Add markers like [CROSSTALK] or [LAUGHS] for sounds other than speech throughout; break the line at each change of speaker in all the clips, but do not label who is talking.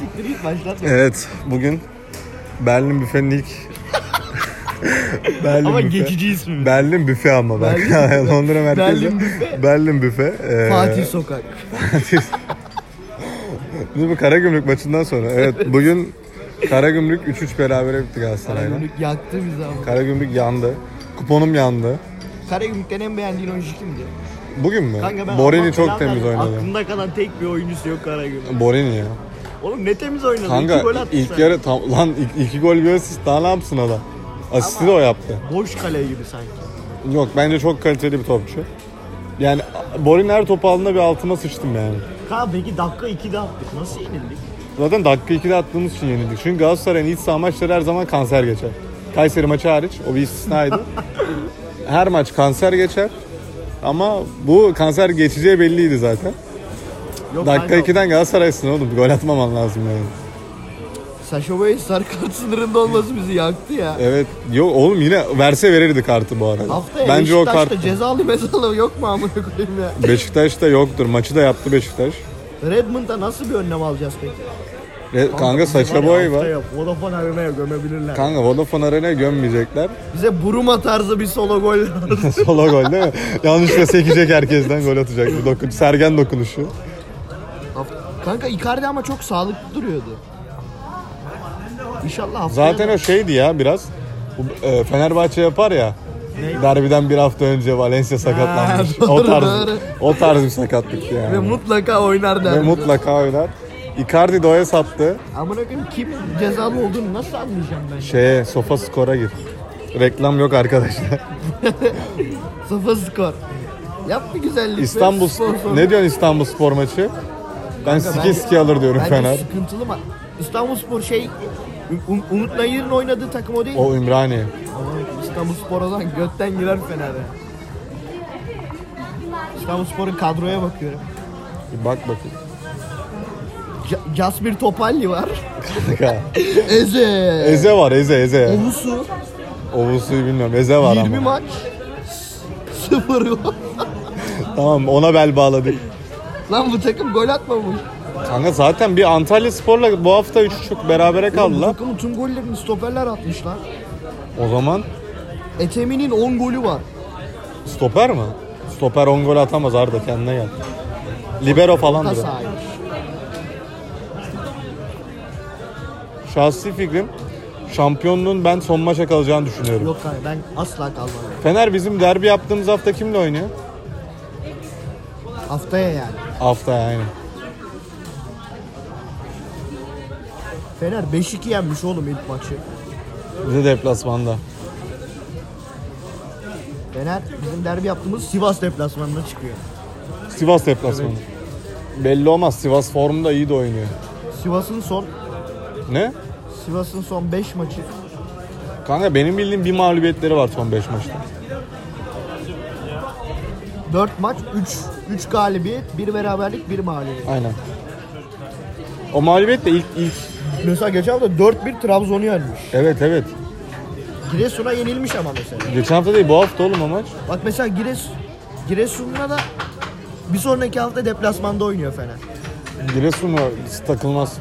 Başlatabiliriz başlatma.
Evet bugün Berlin büfenin ilk
[LAUGHS]
Berlin
Ama
büfe.
geçici ismi.
Berlin büfe ama bak. [LAUGHS]
Berlin büfe.
Londra merkezi.
Berlin büfe.
Berlin büfe. Ee,
Fatih Sokak.
Değil mi? Karagümrük maçından
[LAUGHS]
sonra. Evet bugün Karagümrük 3-3 berabere bitti Galatasaray'la.
Karagümrük yaktı bizi ama.
Karagümrük yandı. Kuponum yandı.
Karagümrük'ten en beğendiğin oyuncu kimdi?
Bugün mü?
Kanka ben
Borini
Allah
çok
belanı
temiz
versin,
oynadı.
Aklımda kalan tek bir oyuncusu yok Karagümrük.
Borini ya.
Oğlum ne temiz oynadı.
Kanka
iki gol attı
ilk
sanki.
yarı tam, [LAUGHS] lan ilk- iki gol bir asist daha ne yapsın adam? Asisti de o yaptı.
Boş kale gibi sanki.
Yok bence çok kaliteli bir topçu. Yani Borin her topu aldığında bir altıma sıçtım yani.
Kanka peki dakika 2'de attık. Nasıl yenildik?
Zaten dakika 2'de attığımız için yenildik. Çünkü Galatasaray'ın iç saha maçları her zaman kanser geçer. Kayseri maçı hariç o bir istisnaydı.
[LAUGHS]
her maç kanser geçer. Ama bu kanser geçeceği belliydi zaten.
Yok,
Dakika
kanka,
2'den Galatasaray'sın oğlum. Gol atmaman lazım yani.
Saşa Boy sarı kart sınırında olması bizi yaktı ya.
Evet. Yok oğlum yine verse verirdi kartı bu arada.
Haftaya
Bence o kart.
Beşiktaş'ta cezalı mezalı yok mu amına koyayım ya?
Beşiktaş'ta yoktur. Maçı da yaptı Beşiktaş.
Redmond'a nasıl bir önlem alacağız peki?
Re- Kanka saçla boy var.
Haftaya Vodafone Arena'ya gömebilirler.
Kanka Vodafone Arena'ya gömmeyecekler. [LAUGHS]
Bize Buruma tarzı bir solo gol [LAUGHS] lazım.
Sola gol değil mi? Yanlışlıkla sekecek herkesten gol atacak. Bu dokun, sergen dokunuşu.
Haft- Kanka Icardi ama çok sağlıklı duruyordu. İnşallah haftaya
Zaten
da-
o şeydi ya biraz. Bu, e, Fenerbahçe yapar ya. Derbiden bir hafta önce Valencia sakatlanmış.
Ha, doğru,
o tarz,
doğru.
o tarz bir sakatlık
ve
yani. Ve,
mutlaka oynar derdi.
mutlaka oynar. Icardi doya sattı.
Amına koyayım kim cezalı olduğunu nasıl anlayacağım ben?
Şeye, sofa skora gir. Reklam yok arkadaşlar.
[LAUGHS] Sıfır skor. Yap bir güzellik. be,
İstanbul,
spor sonu.
ne diyorsun İstanbul spor maçı? Ben siki
bence-
siki alır diyorum
Bence
Fener.
sıkıntılı ma- İstanbul Spor şey... Um, Umut Nayır'ın oynadığı takım o değil mi?
O Ümraniye.
İstanbul Spor o zaman götten girer Fener'e. İstanbul Spor'un kadroya bakıyorum.
Bir bak bakayım.
Ca- Jasmir Topalli var. [LAUGHS]
Kanka.
Eze.
Eze var Eze Eze.
Ovusu.
Ovusu'yu bilmiyorum. Eze var
20
ama.
maç. Sıfır gol.
Tamam ona bel bağladık.
Lan bu takım gol atmamış.
Kanka zaten bir Antalya Spor'la bu hafta 3-3 berabere
Oğlum, bu
kaldılar.
takımın tüm gollerini stoperler atmış lan.
O zaman
Etemi'nin 10 golü var.
stoper mi? Stoper 10 gol atamaz Arda kendine gel. Libero falandır. o.
Kasay.
Şahsi fikrim şampiyonluğun ben son maça kalacağını düşünüyorum.
Yok hayır ben asla kalmam.
Fener bizim derbi yaptığımız hafta kimle oynuyor?
Haftaya yani.
Hafta yani.
Fener 5-2 yenmiş oğlum ilk maçı.
Bize deplasmanda.
Fener bizim derbi yaptığımız Sivas deplasmanına çıkıyor.
Sivas deplasmanı. Belli olmaz Sivas formda iyi de oynuyor.
Sivas'ın son
Ne?
Sivas'ın son 5 maçı.
Kanka benim bildiğim bir mağlubiyetleri var son 5 maçta.
4 maç 3 3 galibiyet, 1 beraberlik, 1 mağlubiyet.
Aynen. O mağlubiyet de ilk ilk.
Mesela geçen hafta 4-1 Trabzon'u yenmiş.
Evet evet.
Giresun'a yenilmiş ama mesela.
Geçen hafta değil bu hafta oğlum o maç.
Bak mesela Gires Giresun'la da bir sonraki hafta deplasmanda oynuyor Fener.
Giresun'a takılmaz.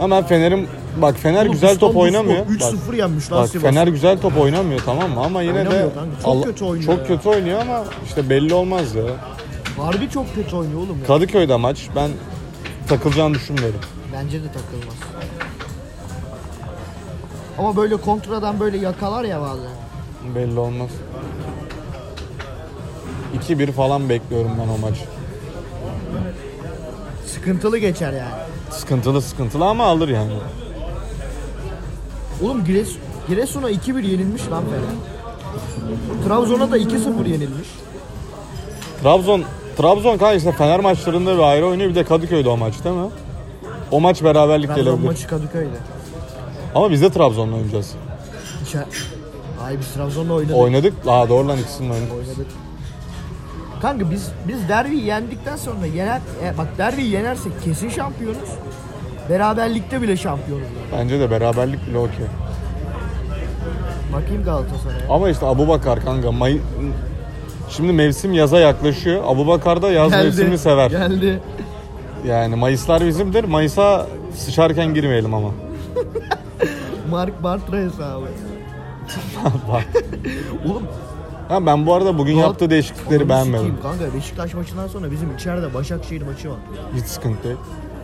Ama ben Fener'im bak Fener
Oğlum
güzel top
İstanbul
oynamıyor.
Spor
Bak,
3-0 yenmiş lan
bak
Sivas'ı.
Fener güzel top oynamıyor tamam mı ama yine de
Oynamıyor kanka, çok kötü oynuyor
Çok
ya.
kötü oynuyor ama işte belli olmaz ya.
Harbi çok kötü oynuyor oğlum ya.
Kadıköy'de maç ben takılacağını düşünmüyorum.
Bence de takılmaz. Ama böyle kontradan böyle yakalar ya bazen.
Belli olmaz. 2-1 falan bekliyorum ben o maç.
Sıkıntılı geçer yani.
Sıkıntılı sıkıntılı ama alır yani.
Oğlum Gires Giresun'a 2-1 yenilmiş lan Fener. Trabzon'a da 2-0 yenilmiş.
Trabzon Trabzon kanka işte Fener maçlarında bir ayrı oynuyor bir de Kadıköy'de o maç değil mi? O maç beraberlik
Trabzon
gelebilir.
maçı Kadıköy'de.
Ama biz de Trabzon'la oynayacağız.
İçer... Ay biz Trabzon'la oynadık.
Oynadık. Aa doğru lan ikisini de oynadık.
oynadık. Kanka biz biz derbiyi yendikten sonra yener e, bak derbiyi yenersek kesin şampiyonuz. Beraberlikte bile şampiyonuz. yani.
Bence de beraberlik bile okey.
Bakayım Galatasaray'a.
Ama işte Abubakar kanka May... Şimdi mevsim yaza yaklaşıyor. Abubakar da yaz mevsimini sever.
Geldi.
Yani Mayıslar bizimdir. Mayıs'a sıçarken girmeyelim ama.
Mark Bartra
[LAUGHS]
hesabı.
Bak.
Oğlum
Ha, ben bu arada bugün yaptığı değişiklikleri
ananı
beğenmedim.
sikeyim Kanka Beşiktaş maçından sonra bizim içeride Başakşehir maçı var.
Hiç sıkıntı değil.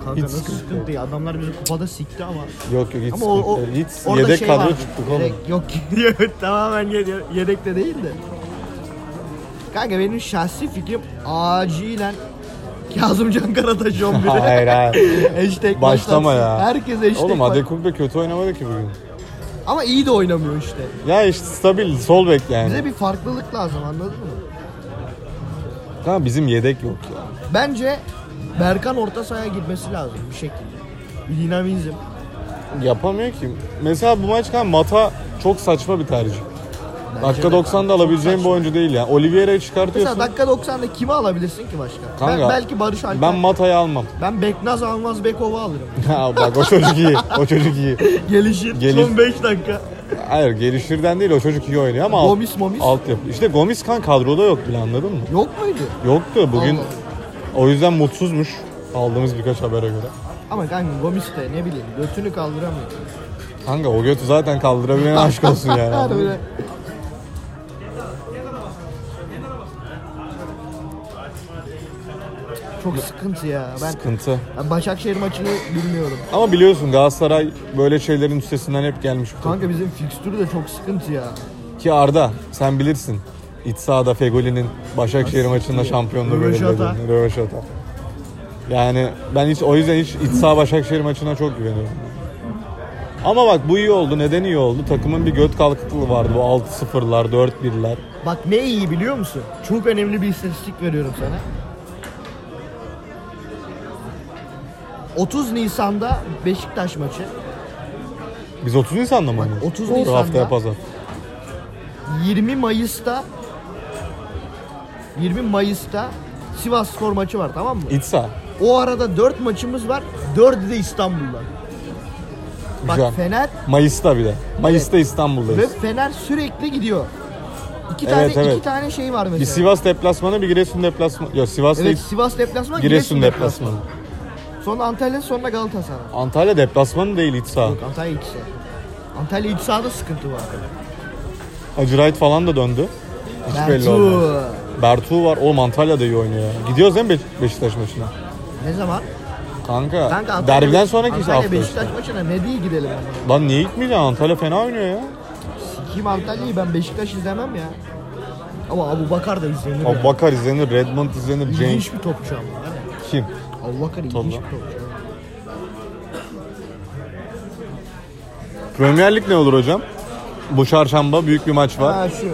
Kanka
Hiç
nasıl
sıkıntı
sıkıntı ya? Adamlar bizi kupada sikti ama.
Yok yok hiç
Ama o, o
sıkıntı değil. Hiç
orada
yedek
şey
kadro
vardı.
çıktık oğlum.
Yedek, yok [LAUGHS] tamamen yedek, yedek de değil de. Kanka benim şahsi fikrim acilen Kazım Can Karataş 11'e.
[LAUGHS]
[LAUGHS]
Hayır, hayır.
hashtag
Başlama
başlatsın.
ya.
Herkes hashtag
Oğlum
baş-
Adekuk da kötü oynamadı ki bugün.
Ama iyi de oynamıyor işte.
Ya işte stabil sol bek yani.
Bize bir farklılık lazım anladın mı?
Tamam bizim yedek yok ya.
Bence Berkan orta sahaya girmesi lazım bir şekilde. Bir dinamizm.
Yapamıyor ki. Mesela bu maç kan Mata çok saçma bir tercih. Dakika
de.
90'da alabileceğin bir oyuncu değil yani. Oliveira'yı çıkartıyorsun.
Mesela dakika 90'da kimi alabilirsin ki başka? ben,
Kanka,
belki Barış Alper.
Ben
Ben,
Mata'yı almam. [LAUGHS]
Beknaz Almaz Bekov'u alırım.
Ha, bak o çocuk iyi. O çocuk iyi.
Gelişir,
Gelir.
son 5 dakika.
Hayır geliştirden değil o çocuk iyi oynuyor ama alt-
Gomis, Momis.
altyapı. İşte Gomis kan kadroda yok bile anladın mı?
Yok muydu?
Yoktu bugün.
Allah.
O yüzden mutsuzmuş aldığımız birkaç habere göre.
Ama kanka Gomis de ne bileyim götünü kaldıramıyor.
Kanka o götü
[LAUGHS]
zaten kaldırabilen aşk olsun yani. anladın mı?
Böyle Çok sıkıntı ya. Ben,
Sıkıntı.
ben Başakşehir maçını bilmiyorum.
Ama biliyorsun Galatasaray böyle şeylerin üstesinden hep gelmiş. bir takım.
Kanka bizim fikstürü de çok sıkıntı ya.
Ki Arda sen bilirsin. İç sahada Fegoli'nin Başakşehir maçında şampiyonluğu
Röveşata.
belirlediğini. Röveşata. Yani ben hiç o yüzden hiç iç saha Başakşehir maçına çok güveniyorum. Ama bak bu iyi oldu. Neden iyi oldu? Takımın bir göt kalkıklığı vardı. Bu 6-0'lar, 4-1'ler.
Bak ne iyi biliyor musun? Çok önemli bir istatistik veriyorum sana. 30 Nisan'da Beşiktaş maçı,
Biz 30 Nisan'da mı
Bak,
oynuyoruz?
30
Doğru,
Nisan'da.
haftaya pazar.
20 Mayıs'ta 20 Mayıs'ta Sivas Spor maçı var tamam mı?
İç saha.
O arada 4 maçımız var. 4'ü de İstanbul'da. Bak
Güzel.
Fener
Mayıs'ta bir de. Mayıs'ta İstanbul'dayız.
ve Fener sürekli gidiyor. İki tane
Evet, evet.
iki tane şey var mesela.
Bir Sivas deplasmanı, bir Giresun deplasmanı. Yok Sivas
evet
değil.
Sivas deplasmanı,
Giresun deplasmanı.
Sonra Antalya, sonra Galatasaray.
Antalya deplasmanı değil iç saha.
Yok Antalya iç saha. Antalya iç sahada sıkıntı var.
Acırayt falan da döndü. Hiç belli olmaz.
Bertu.
Bertu var. Oğlum Antalya'da iyi oynuyor ya. Gidiyoruz değil mi Be- Beşiktaş maçına?
Ne zaman?
Kanka,
Kanka Antalya,
derbiden sonraki işte
Antalya
hafta
Beşiktaş
işte.
maçına ne diye gidelim ama.
Lan niye gitmeyeceksin? Antalya fena oynuyor ya.
Sikiyim Antalya'yı ben Beşiktaş izlemem ya. Ama Abu Bakar da izlenir.
Abi
ya.
Bakar izlenir, Redmond izlenir, Cenk
İlginç bir topçu ama. var ya.
kim?
Abu Bakar ilginç
Tabii.
bir topçu.
Premier Lig ne olur hocam? Bu çarşamba büyük bir maç var.
Ha şu.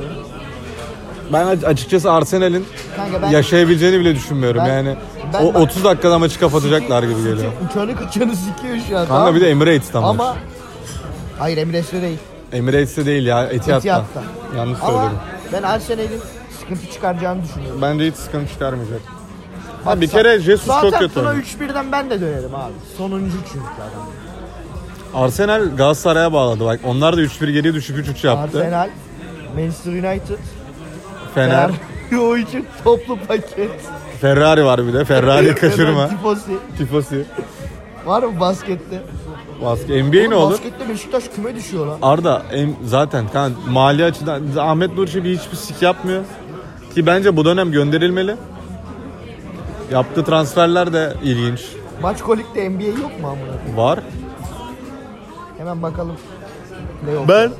Ben a- açıkçası Arsenal'in
Kanka ben-
yaşayabileceğini bile düşünmüyorum.
Ben-
yani
ben
o
bak-
30 dakikada maçı kapatacaklar gibi geliyor.
City [LAUGHS] Uçanı kaçanı sikiyor şu an. tamam
Kanka
mı?
bir de Emirates'ten
Ama
maç.
Hayır Emirates'te değil.
Emirates'te değil ya, Etihad'da.
Etihad'da.
Yanlış
Ama
söyledim.
ben Arsenal'in sıkıntı çıkaracağını düşünüyorum.
Bence hiç sıkıntı çıkarmayacak. Ha bir kere Jesus
Zaten
çok kötü
buna
oynuyor.
3-1'den ben de dönerim abi. Sonuncu çünkü adam.
Arsenal Galatasaray'a bağladı bak. Onlar da 3-1 geriye düşüp 3-3 yaptı.
Arsenal, Manchester United,
Fener.
Fener. [LAUGHS] o için toplu paket.
Ferrari var bir de.
[LAUGHS]
Ferrari kaçırma.
Fener tifosi.
Tifosi.
Var mı baskette?
Basket. NBA Şey ne
Oğlum
olur?
Baskette Beşiktaş küme düşüyor lan.
Arda em- zaten kan mali açıdan Ahmet Nur Çebi hiçbir sik yapmıyor. Ki bence bu dönem gönderilmeli. Yaptığı transferler de ilginç.
Maç kolikte NBA yok mu amına? koyayım?
Var.
Hemen bakalım. Ne yok?
Ben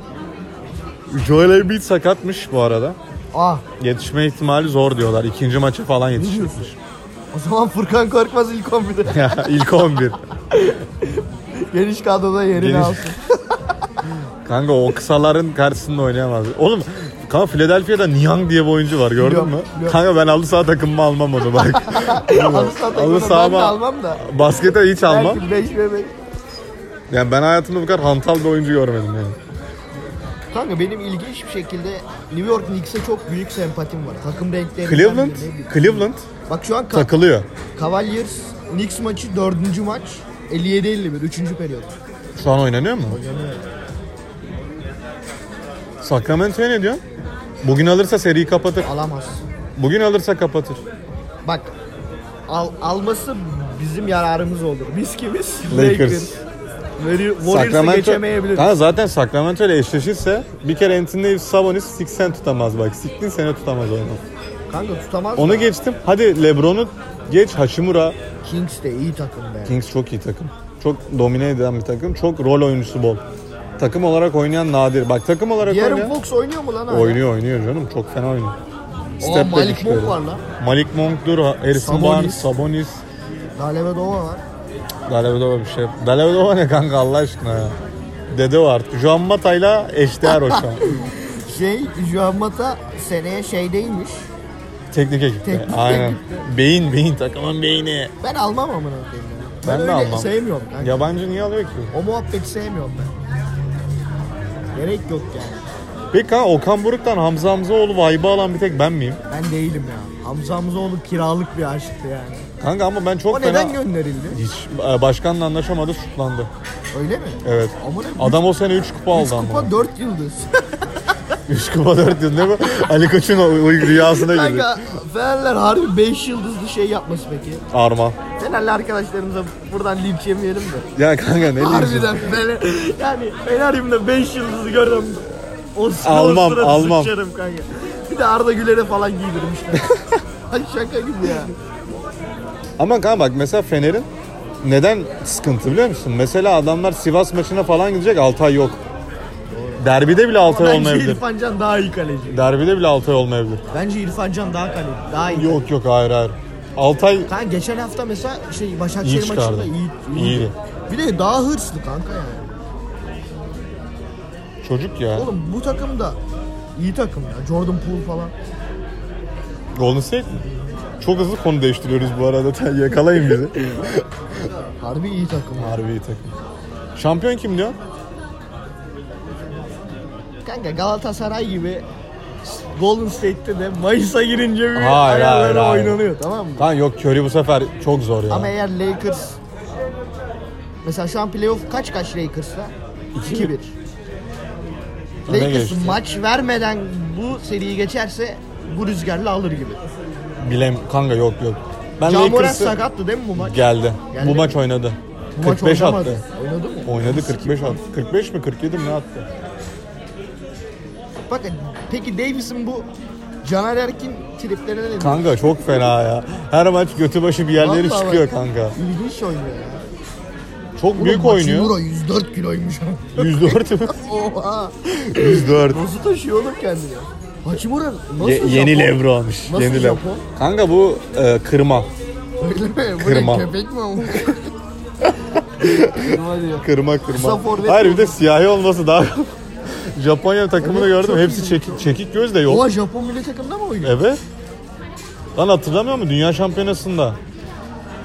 Joel Embiid sakatmış bu arada.
Ah,
Yetişme ihtimali zor diyorlar. İkinci maçı falan yetişecekmiş.
o zaman Furkan Korkmaz ilk
[LAUGHS]
11'de.
Ya, İlk 11.
Geniş kadroda yerini
Geniş-
alsın.
Kanka o kısaların karşısında oynayamaz. Oğlum kanka Philadelphia'da Niang diye bir oyuncu var gördün
Biliyorum,
mü?
biliyorum.
Kanka ben alı saha takımımı almam onu bak.
[LAUGHS] Alı sahada
Alı
ben de
sahama
almam da.
baskete hiç almam.
Belki 5 ve 5.
Yani ben hayatımda bu kadar hantal bir oyuncu görmedim yani.
Kanka benim ilginç bir şekilde New York Knicks'e çok büyük sempatim var. Takım renkleri.
Cleveland, Cleveland
Bak şu an Ka-
takılıyor.
Cavaliers Knicks maçı dördüncü maç. 57-51 üçüncü periyot.
Şu an oynanıyor mu?
Oynanıyor.
Sacramento'ya ne diyorsun? Bugün alırsa seriyi kapatır.
Alamaz.
Bugün alırsa kapatır.
Bak al- alması bizim yararımız olur. Biz kimiz?
Lakers.
Veri- Warriors'ı geçemeyebilir.
Ha, zaten Sacramento ile eşleşirse bir kere Anthony Davis Sabonis siksen tutamaz bak. Siktin sene tutamaz onu.
Kanka tutamaz.
Onu geçtim. Hadi Lebron'u geç Hashimura.
Kings de iyi takım be.
Kings çok iyi takım. Çok domine eden bir takım. Çok rol oyuncusu bol. Takım olarak oynayan nadir. Bak takım olarak
Yarın
oynayan...
Fox oynuyor mu lan hala?
Oynuyor oynuyor canım. Çok fena oynuyor.
Aa,
Step'le
Malik
düşüyor.
Monk var lan.
Malik Monk'dur, Harrison
Sabonis.
Barnes, Sabonis.
Dalevedova var.
Dalavedova bir şey. Dalavedova ne kanka Allah aşkına ya. Dede var. Juan Mata'yla eşdeğer o şu an.
Şey, Juan Mata seneye şey şeydeymiş.
Teknik ekipte.
Teknik
Aynen. Beyin beyin takımın beyni.
Ben almam amına koyayım. ya.
Ben de
öyle
almam.
sevmiyorum kanka.
Yabancı niye alıyor ki?
O muhabbeti sevmiyorum ben. Gerek yok yani.
Peki ha, Okan Buruk'tan Hamza Hamzaoğlu vibe'ı alan bir tek ben miyim?
Ben değilim ya. Hamza Hamzoğlu kiralık bir aşıktı yani.
Kanka ama ben çok
O
fena...
neden gönderildi?
Hiç e, başkanla anlaşamadı şutlandı.
Öyle mi?
Evet.
Amına koyayım.
Adam o sene 3 kupa
Üç
aldı ama.
kupa 4 yıldız.
3 kupa 4 yıl değil mi? Ali Koç'un o- o rüyasına girdi.
Kanka Fenerler harbi 5 yıldızlı şey yapması peki.
Arma.
Fenerli arkadaşlarımıza buradan linç yemeyelim de.
Ya kanka ne diyeceğim?
Harbiden böyle yani Fenerim'de 5 yıldızı gördüm. O sıra,
Almam,
o sırada
almam.
sıçarım kanka. Bir de Arda Güler'e falan giydirmişler.
[LAUGHS]
Ay şaka gibi ya.
Ama kanka bak mesela Fener'in neden sıkıntı biliyor musun? Mesela adamlar Sivas maçına falan gidecek Altay yok. Derbide bile Altay
Bence
olmayabilir.
İrfan Can daha iyi kaleci.
Derbide bile Altay olmayabilir.
Bence İrfan Can daha kaleci. Daha iyi.
Yok yok hayır hayır. Altay
Kanka geçen hafta mesela şey Başakşehir
İyi çıkardı.
maçında iyi,
İyiydi.
Bir de daha hırslı kanka yani.
çocuk ya.
Oğlum bu takım da iyi takım ya. Jordan Poole falan.
Golden State mi? Çok hızlı konu değiştiriyoruz bu arada. Yakalayın
[LAUGHS]
bizi.
Harbi iyi takım. ya.
Harbi iyi takım. Şampiyon kim diyor?
Kanka Galatasaray gibi Golden State'te de Mayıs'a girince bir
Hayır, hayır,
ayarlara
hayır.
oynanıyor tamam mı?
Lan yok Curry bu sefer çok zor ya.
Ama eğer Lakers mesela şu an playoff kaç kaç Lakers'la? 2-1.
Öne
Lakers
geçti.
maç vermeden bu seriyi geçerse bu rüzgarla alır gibi.
Bilem kanka yok yok. Ben
Camoran
Lakers'ı
sakattı değil mi bu maç?
geldi.
Geldi
Bu
mi?
maç oynadı.
bu
45
maç
attı.
oynamadı. Oynadı mı?
Oynadı
Nasıl
45
ki?
attı. 45 mi 47 mi ne attı?
Bakın peki Davis'in bu Caner Erkin triplerine ne diyorsun?
Kanka çok fena ya. Her maç götü başı bir yerleri
Vallahi
çıkıyor
bak,
kanka.
İlginç oynuyor ya.
Çok büyük
Ulan
oynuyor.
Hachimura 104 kiloymuş. [LAUGHS]
104 mü?
Oha.
104.
Nasıl taşıyor oğlum kendini? Hachimura nasıl
Ye- yeni
Japon?
Lebron'muş.
Nasıl
Yeni Lebron.
Japon?
Kanka bu e, kırma.
Öyle mi? Bu
Kırma.
ne köpek mi
[LAUGHS]
ama? Kırma diyor.
Kırma kırma.
Kısa forvet
Hayır bir de siyahi olması daha... [LAUGHS] Japonya takımını
Evet,
gördüm.
çok
Hepsi
iyi.
çekik, çekik göz de yok.
Oha Japon milli takımda mı oynuyor?
Evet. Lan hatırlamıyor musun? Dünya şampiyonasında.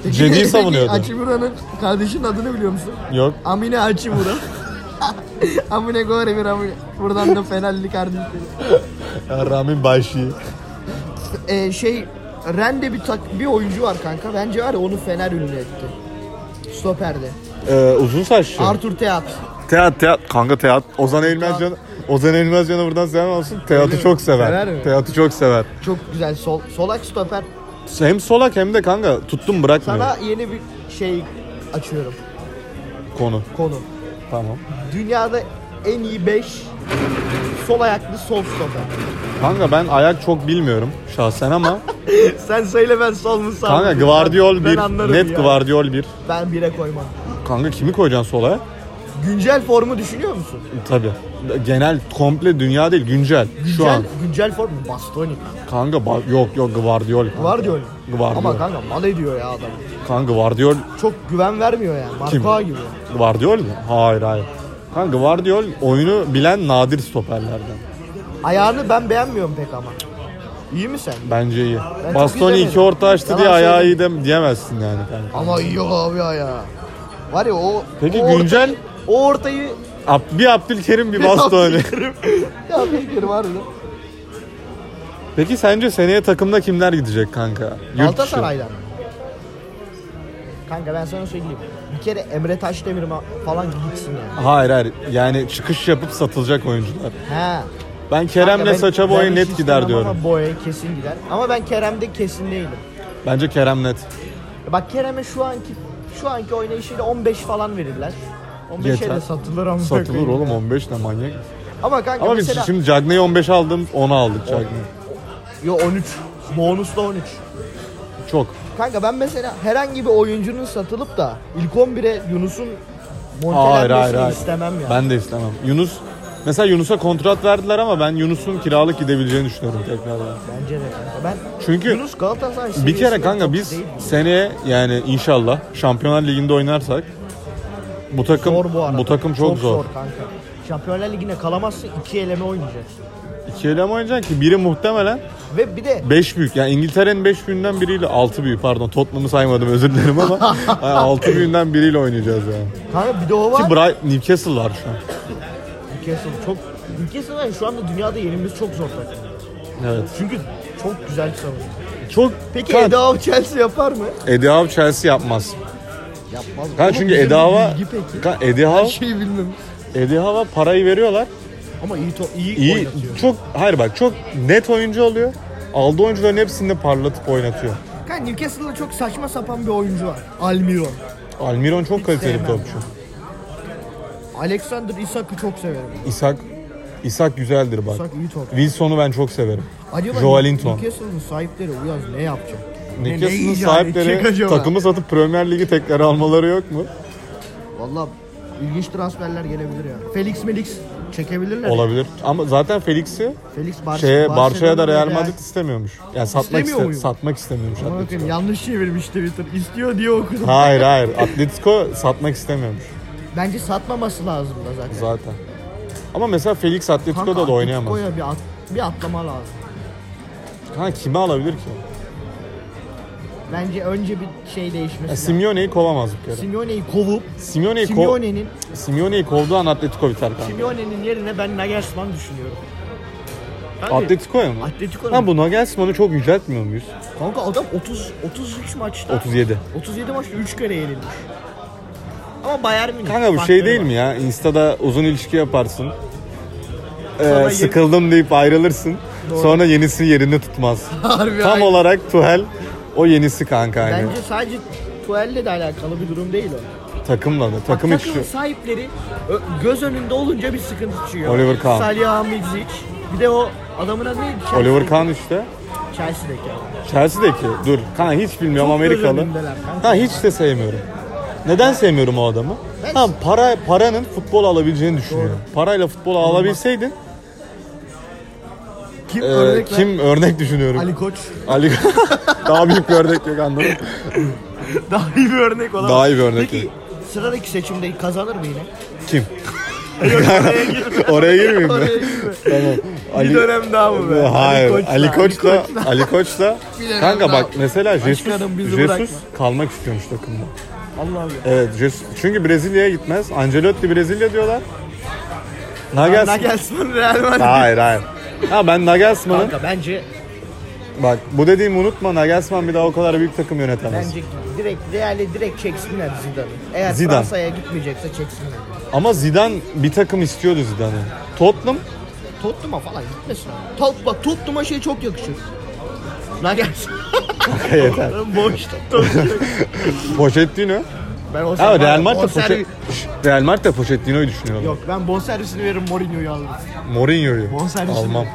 Peki-
Cedi'yi
peki
savunuyordu.
Hachimura'nın kardeşinin adını biliyor musun?
Yok.
Amine
[LAUGHS]
Hachimura. Amine Gore bir Amine. Buradan da Fenerli kardeşleri.
Ramin Bayşi.
Ee, şey Ren'de bir tak bir oyuncu var kanka. Bence var ya onu Fener ünlü etti. Stoper'de.
Ee, uzun saçlı.
Arthur Teat.
Teat Teat. Kanka Teat. Ozan Elmez
Teat.
Can. Ozan Elmez Can'a buradan selam olsun. Teat'ı
mi?
çok sever.
Sever mi?
Teat'ı çok sever.
Çok güzel sol, solak stoper.
Hem solak hem de kanka tuttum bırakmıyor
Sana yeni bir şey açıyorum
konu.
konu.
Tamam.
Dünyada en iyi 5 sol ayaklı sol stoper.
Kanka ben ayak çok bilmiyorum
[LAUGHS]
şahsen ama
Sen söyle ben sol mu sağ mı?
kanka
Ben-
Guardiol
ben
bir
anlarım
net
ya.
Guardiol bir.
Ben bire koymam.
Kanka kimi koyacaksın sola?
Güncel formu düşünüyor musun?
Tabii. Genel komple dünya değil güncel, şu
Güncel,
an.
güncel formu Bastoni.
Kanka ba- yok yok Guardiol. kanka.
Guardiol.
Guardiol.
Ama kanka mal ediyor ya adam.
Kanka Guardiol
Çok güven vermiyor yani.
Kim?
Marka gibi.
Guardiol mu? Hayır hayır. Kanka Guardiol oyunu bilen nadir stoperlerden.
Ayağını ben beğenmiyorum pek ama. İyi mi sen?
Bence iyi.
çok
Bastoni
izlemedim.
iki orta açtı
Yalan
diye ayağı iyi
söyledim.
dem diyemezsin yani. kanka.
Ama iyi yok abi ayağı. Var ya o...
Peki
o ortayı-
güncel?
o ortayı...
Ab- bir
[LAUGHS]
Abdülkerim bir Bastoni.
ya fikir var ya.
Peki sence seneye takımda kimler gidecek kanka? Yurt dışı.
Galatasaray'dan. Kanka ben sana söyleyeyim. Bir kere Emre Taşdemir ma- falan gitsin yani.
Hayır hayır. Yani çıkış yapıp satılacak oyuncular.
He.
Ben
Kanka ben-
Kerem'le Saça
ben
Boya
hiç
net gider
istemem
diyorum.
Ama boya kesin gider. Ama ben Kerem'de kesin değilim.
Bence Kerem net.
E Bak Kerem'e şu anki şu anki oynayışıyla 15 falan verirler. 15'e
Yeter.
de satılır ama.
Satılır oğlum 15 ne manyak.
Ama kanka
Ama
mesela
biz şimdi Cagney'i 15 aldım 10'a aldık Cagney.
yo 13. Bonusla 13.
Çok.
Kanka ben mesela herhangi bir oyuncunun satılıp da ilk 11'e Yunus'un
Hayır hayır
montelenmesini
hayır.
istemem ya.
Ben de istemem. Yunus Mesela Yunus'a kontrat verdiler ama ben Yunus'un kiralık gidebileceğini düşünüyorum tekrardan.
Bence de kanka. Ben
Çünkü
Yunus Galatasaray
Bir kere
seviyesinde
kanka
çok
biz
değil.
seneye yani inşallah Şampiyonlar Ligi'nde oynarsak bu takım
zor bu arada.
bu takım çok, zor.
kanka. Şampiyonlar Ligi'ne kalamazsın iki eleme oynayacaksın.
İki ele mi oynayacaksın ki biri muhtemelen
Ve bir de
5 büyük. Yani İngiltere'nin 5 büyüğünden biriyle 6 büyük pardon. Tottenham'ı saymadım özür dilerim
[LAUGHS]
ama 6 büyüğünden biriyle oynayacağız yani.
kanka bir de o var.
Ki Bright Newcastle var şu an.
Newcastle çok Newcastle var ya, şu anda dünyada yerimiz çok zor takım.
Evet.
Çünkü çok güzel savunma.
Çok
Peki
Kanka,
Eda Av Chelsea yapar mı?
Eddie Howe Chelsea yapmaz.
Yapmaz.
Kanka çünkü Eddie Howe'a Kanka Eddie
Her
Howe,
şeyi bilmem.
Eddie Howe'a parayı veriyorlar.
Ama iyi to iyi,
İyi
oynatıyor.
çok hayır bak çok net oyuncu oluyor. Aldığı oyuncuların hepsini de parlatıp oynatıyor.
Kanka Newcastle'da çok saçma sapan bir oyuncu var. Almiron.
Almiron çok kaliteli bir
sevmem
topçu.
Alexander Isak'ı çok severim.
İshak İshak güzeldir bak.
Isak iyi topçu.
Wilson'u ben çok severim.
Acaba
Joelinton.
Newcastle'ın sahipleri Uyaz ne yapacak? Ne- ne
Newcastle'ın
icat edecek
sahipleri
acaba?
takımı satıp Premier Ligi tekrar almaları yok mu?
Valla ilginç transferler gelebilir ya. Felix Melix çekebilirler. ya.
Olabilir. Ama zaten Felix'i
Felix Bar
şeye Barça'ya da Real
Barcelona'ya
Madrid istemiyormuş. Yani satmak
İstemiyor
iste,
muyum?
satmak istemiyormuş.
Ama
Atletico.
bakayım yanlış çevirmiş Twitter. İstiyor diye okudum.
Hayır hayır. Atletico satmak istemiyormuş
Bence satmaması lazım da zaten.
zaten. Ama mesela Felix Atletico'da da oynayamaz.
Atletico'ya bir, at- bir atlama lazım.
Ha kimi alabilir ki?
Bence önce bir şey değişmesi
Ya,
lazım.
Simeone'yi kovamaz bir kere.
Simeone'yi kovup
Simeone'yi E, ko-
Simeone'nin
Simeone'yi kovduğu an Atletico biter kanka.
Simeone'nin yerine ben Nagelsmann düşünüyorum. Kanka,
Atletico'ya mı?
Atletico'nun-
Ha bu Nagelsmann'ı çok yüceltmiyor muyuz?
Kanka adam 30 33 maçta
37.
37 maçta 3 kere yenilmiş. Ama Bayern Münih.
Kanka bu şey
farkları
değil
var.
mi ya? Insta'da uzun ilişki yaparsın. Ee,
Sonra yeni-
sıkıldım deyip ayrılırsın.
Doğru.
Sonra yenisi
[LAUGHS]
yerini tutmaz.
Harbi
Tam
aynen.
olarak Tuhel o yenisi kanka hani. aynı.
Bence sadece Tuel'le de alakalı bir durum değil o.
Takımla da. Takım
Bak,
içi.
takımın sahipleri ö- göz önünde olunca bir sıkıntı çıkıyor.
Oliver Kahn.
Salihamidzic. Bir de o adamın adı neydi? Chelsea'deki-
Oliver Kahn işte.
Chelsea'deki adam.
Chelsea'deki. Dur. Kanka hiç bilmiyorum
Çok göz
Amerikalı.
önündeler kanka.
Ha hiç de sevmiyorum. Neden sevmiyorum o adamı?
Ben-
Ha para paranın futbol alabileceğini düşünüyorum. Parayla futbol alabilseydin
Kim
e,
örnek ver?
kim örnek düşünüyorum?
Ee, Ali Koç.
Ali daha büyük bir örnek yok anladın mı?
[LAUGHS] Daha iyi bir örnek olamaz.
Daha iyi bir örnek
Peki
yok.
sıradaki seçimde kazanır mı
[LAUGHS]
yine?
Kim? Oraya girmeyeyim mi?
Oraya gitme.
Tamam.
Bir dönem daha mı be?
Hayır. Ali Koç'la Ali Koç'la
Bir dönem
Kanka
daha.
bak mesela Jesus
Başkanım bizi bırakma.
Jesus kalmak istiyormuş takımda.
Allah'ım ya.
Evet Jesus. Çünkü Brezilya'ya gitmez. Ancelotti Brezilya diyorlar. Nagelsmann.
Nagelsmann Real Madrid.
Hayır hayır. Ha ben Nagelsmann'ın
Kanka bence
bak bu dediğimi unutma Nagelsmann bir daha o kadar büyük takım yönetemez.
bence direkt Real'e direkt çeksinler Zidane'ı. Eğer
Zidane.
Fransa'ya gitmeyecekse çeksinler.
Ama Zidane bir takım istiyordu Zidane'ı. Tottenham [LAUGHS]
Tottenham'a falan gitmesin. Tot, bak Tottenham'a şey çok yakışır. Nagelsmann.
yeter.
[LAUGHS] Boş Tottenham.
Pochettino.
Ben o
Ha
zaman-
Real Madrid de
o servis-
Poche- Şş, Real Madrid de Pochettino'yu düşünüyorum.
Yok ben bonservisini veririm Mourinho'yu alırım.
Mourinho'yu.
Bonservisini
Almam.
veririm.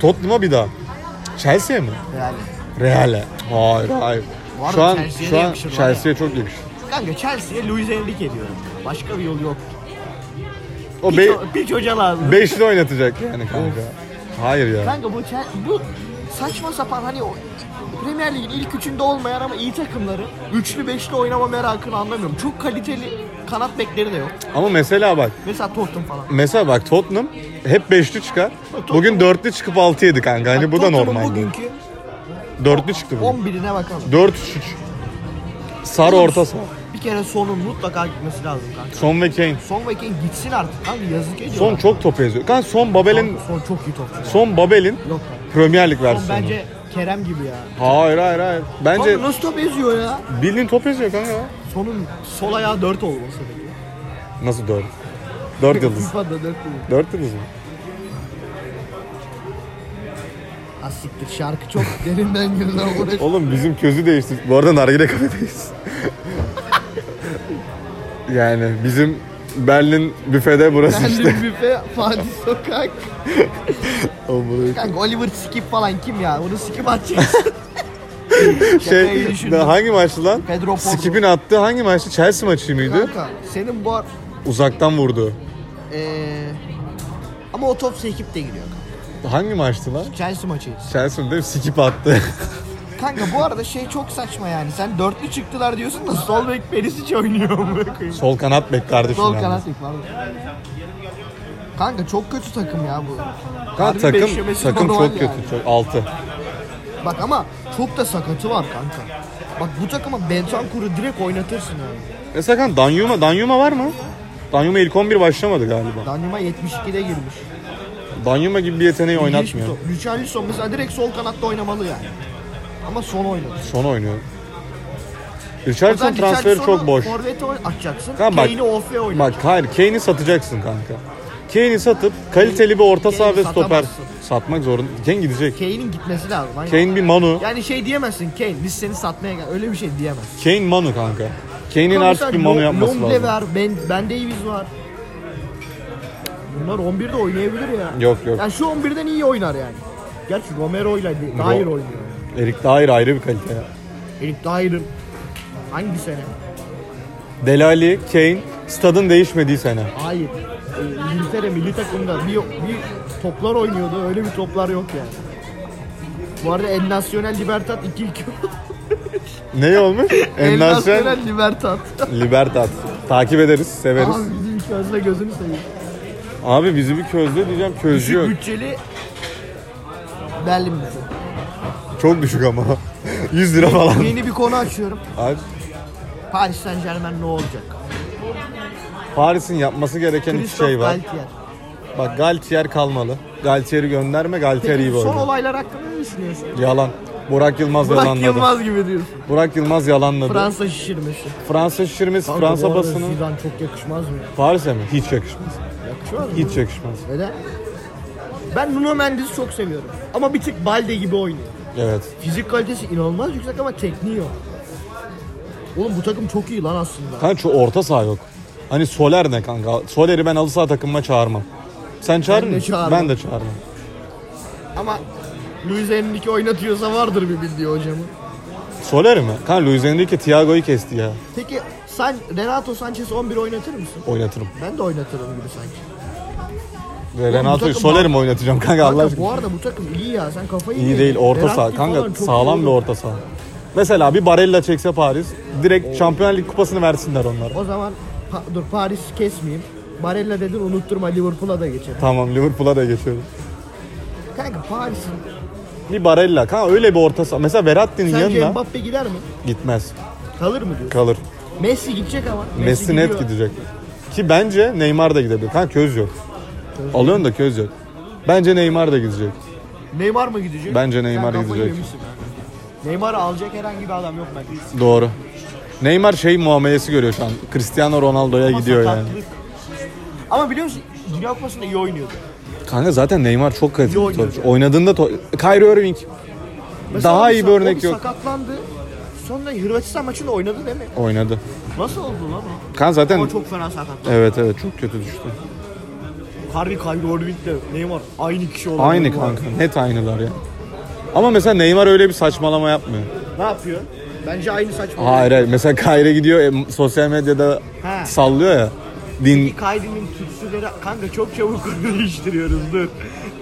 Tottenham'a bir daha. Chelsea'ye mi?
Yani.
Real'e. Hayır hayır.
Bu arada
Şu an
Chelsea'ye
şu
de
an
yakışır var
Chelsea'ye çok yakışır.
Kanka Chelsea'ye Luis Enrique diyorum. Başka bir yol yok.
O
Piç,
be
o- piç hoca lazım.
beşli oynatacak yani kanka. Hayır ya.
Kanka bu, Chel- bu saçma sapan hani o Premier Lig'in ilk üçünde olmayan ama iyi takımları üçlü beşli oynama merakını anlamıyorum. Çok kaliteli kanat bekleri de yok.
Ama mesela bak.
Mesela Tottenham falan.
Mesela bak Tottenham hep beşli çıkar.
Tottenham-
Bugün dörtlü çıkıp altı yedi kanka. Hani bu da
Tottenham'ın
normal. değil.
bugünkü
Dörtlü çıktı bugün.
11'ine bakalım.
4-3-3. Sarı orta saha.
Bir kere sonun mutlaka gitmesi lazım kanka.
Son ve Kane.
Son ve Kane gitsin artık kanka yazık ediyor.
Son çok top eziyor. Kanka son Babel'in
Son çok iyi topçu.
son
Yok
Babel'in
kanka.
Premier Lig
Son
versiyonu.
bence Kerem gibi ya.
Hayır hayır hayır. Bence
Kanka nasıl top eziyor ya?
bildiğin top eziyor kanka.
Sonun sol ayağı 4 olması bekliyor.
Nasıl dört? Dört yıldız.
FIFA'da 4 yıldız.
Dört yıldız mı?
Ha siktir şarkı çok [LAUGHS] derinden girdi ama buraya.
Oğlum bizim közü değişti. Bu arada nargile kafedeyiz. yani bizim Berlin büfede burası işte.
Berlin büfe, Fatih Sokak.
Oğlum,
Kanka Oliver Skip falan kim ya? Bunu Skip atacaksın.
[LAUGHS] şey,
Şakayı düşündüm.
hangi maçtı lan?
Pedro Porro.
Skip'in attığı hangi maçtı? Chelsea maçı mıydı?
Kanka senin bu ar-
Uzaktan vurdu.
Ee, ama o top sekip de giriyor.
Hangi maçtı lan?
Chelsea maçı.
Chelsea mi değil mi? Skip attı. [LAUGHS]
Kanka bu arada şey çok saçma yani. Sen dörtlü çıktılar diyorsun da sol bek Perisic oynuyor mu?
Sol kanat bek kardeşim.
sol
yalnız.
kanat bek pardon. Kanka çok kötü takım ya bu. Harbi
Kanka, takım
beşlemesi
takım
normal
çok kötü.
yani.
Çok 6.
Bak ama çok da sakatı var kanka. Bak bu takıma Bentancur'u direkt oynatırsın yani.
E Sakan Danyuma, Danyuma var mı? Danyuma ilk 11 başlamadı galiba.
Danima 72'de girmiş.
Danyuma gibi bir yeteneği oynatmıyor.
Richarlison mesela direkt sol kanatta oynamalı yani. Ama son oynadı.
Son oynuyor.
O zaman
Richardson transferi
Richarlison'u
çok boş.
Forvet'e oy- açacaksın.
Tamam bak.
Kane'i off'e oynat.
Bak hayır Kane'i satacaksın kanka. Kane'i satıp kaliteli bir orta
Kane'i
saha ve stoper
satamazsın.
satmak zorunda. Kane gidecek.
Kane'in gitmesi lazım. Hani-
Kane bir Manu.
Yani şey diyemezsin Kane biz seni satmaya gel. Öyle bir şey diyemezsin.
Kane Manu kanka. Kane'in artık bir Manu yapması
Lomble
lazım.
var, ben, ben Davies var. Bunlar 11'de oynayabilir ya.
Yok, yok.
Yani şu 11'den iyi oynar yani. Gerçi Romero'yla Dair
Ro-
oynuyor.
Erik Dyer ayrı bir kalite ya.
Elif Dair'ın hangi sene?
Delali, Kane, stadın değişmediği sene.
Hayır. Ee, İngiltere milli takımda bir, bir toplar oynuyordu. Öyle bir toplar yok yani. Bu arada El Nacional Libertad 2-2
Ne
[LAUGHS]
olmuş?
El
Endasyon,
Nacional Libertad.
Libertad. Takip ederiz, severiz.
Abi bizim közle gözünü seveyim.
Abi bizi bir közlü diyeceğim, közcü
Düşük
yok.
bütçeli Berlin bizi.
Çok düşük ama. [LAUGHS] 100 lira falan.
Yeni bir konu açıyorum.
Abi,
Paris Saint Germain ne olacak?
Paris'in yapması gereken iki
Christophe
şey var.
Galtier.
Bak Galtier kalmalı. Galtier'i gönderme, Galtier iyi
Peki,
bir
son
oyuncu.
olaylar hakkında ne düşünüyorsun?
Yalan. Burak Yılmaz
Burak
yalanladı.
Yılmaz gibi diyorsun.
Burak Yılmaz yalanladı.
Fransa şişirmesi.
Fransa şişirmesi, Fransa basını.
Zidane çok yakışmaz mı?
Paris'e mi? Hiç yakışmaz.
Yakışmaz mı?
Hiç yakışmaz.
Neden? Ben Nuno Mendes'i çok seviyorum. Ama bir tık Balde gibi oynuyor.
Evet.
Fizik kalitesi inanılmaz yüksek ama tekniği yok. Oğlum bu takım çok iyi lan aslında.
Kanka şu orta saha yok. Hani Soler ne kanka? Soler'i ben halı saha takımıma çağırmam. Sen çağırır
Ben de
mısın?
çağırmam.
Ben de çağırmam.
Ama Luis Enrique oynatıyorsa vardır bir bildiği hocamın.
Soler mi? Kanka Luis Enrique Thiago'yu kesti ya.
Peki sen Renato Sanchez'i 11 oynatır mısın?
Oynatırım.
Ben de oynatırım gibi sanki.
Ve
bu
Renato'yu
takım
Soler'i
bak-
mi oynatacağım kanka Allah
Kanka,
aşkına?
bu arada bu takım iyi ya. Sen kafayı
İyi
yedin.
değil orta
Verratti
saha. Kanka
falan çok
sağlam
iyi
bir
oldu.
orta saha. Mesela bir Barella çekse Paris direkt Şampiyonlar Ligi kupasını versinler onlara.
O zaman pa- dur Paris kesmeyeyim. Barella dedin unutturma Liverpool'a da geçelim.
Tamam Liverpool'a da geçiyorum.
Kanka Paris'in
Bir Barella kanka öyle bir orta saha. Mesela Verratti'nin
sence
yanına
Mbappe gider mi?
gitmez.
Kalır mı diyorsun?
Kalır.
Messi gidecek ama.
Messi net
gidiyor.
gidecek. Ki bence Neymar da gidebilir. Kanka köz yok. Alıyorsun da köz yok. Bence Neymar da gidecek.
Neymar mı gidecek?
Bence
Sen
Neymar
kafayı
gidecek.
yemişsin kanka. Neymar'ı alacak herhangi bir adam yok bence.
Doğru. Neymar şey muamelesi görüyor şu an. Cristiano Ronaldo'ya
Ama
gidiyor yani.
sakatlık. Ama biliyor musun? Dünya Kupası'nda iyi oynuyordu.
Kanka zaten Neymar çok kaliteli.
İyi
bir
oynuyor
topçu. Oynadığında to- Kyrie Irving
Mesela
Daha
o
iyi bir
sa- o
örnek yok.
sakatlandı. Sonra Hırvatistan maçında oynadı değil mi?
oynadı.
Nasıl oldu lan o?
Kanka zaten
O çok fena sakatlandı.
Evet evet çok kötü düştü.
Harbi Kyrie Irving'le Neymar aynı kişi oldu.
Aynı kanka. Net aynılar ya. Ama mesela Neymar öyle bir saçmalama yapmıyor.
Ne yapıyor? Bence aynı saçma.
Hayır hayır. Mesela Kayre gidiyor e, sosyal medyada
Ha.
sallıyor ya. Din
Kyrie'nin tütsüleri kanka çok çabuk [LAUGHS] değiştiriyoruz dur.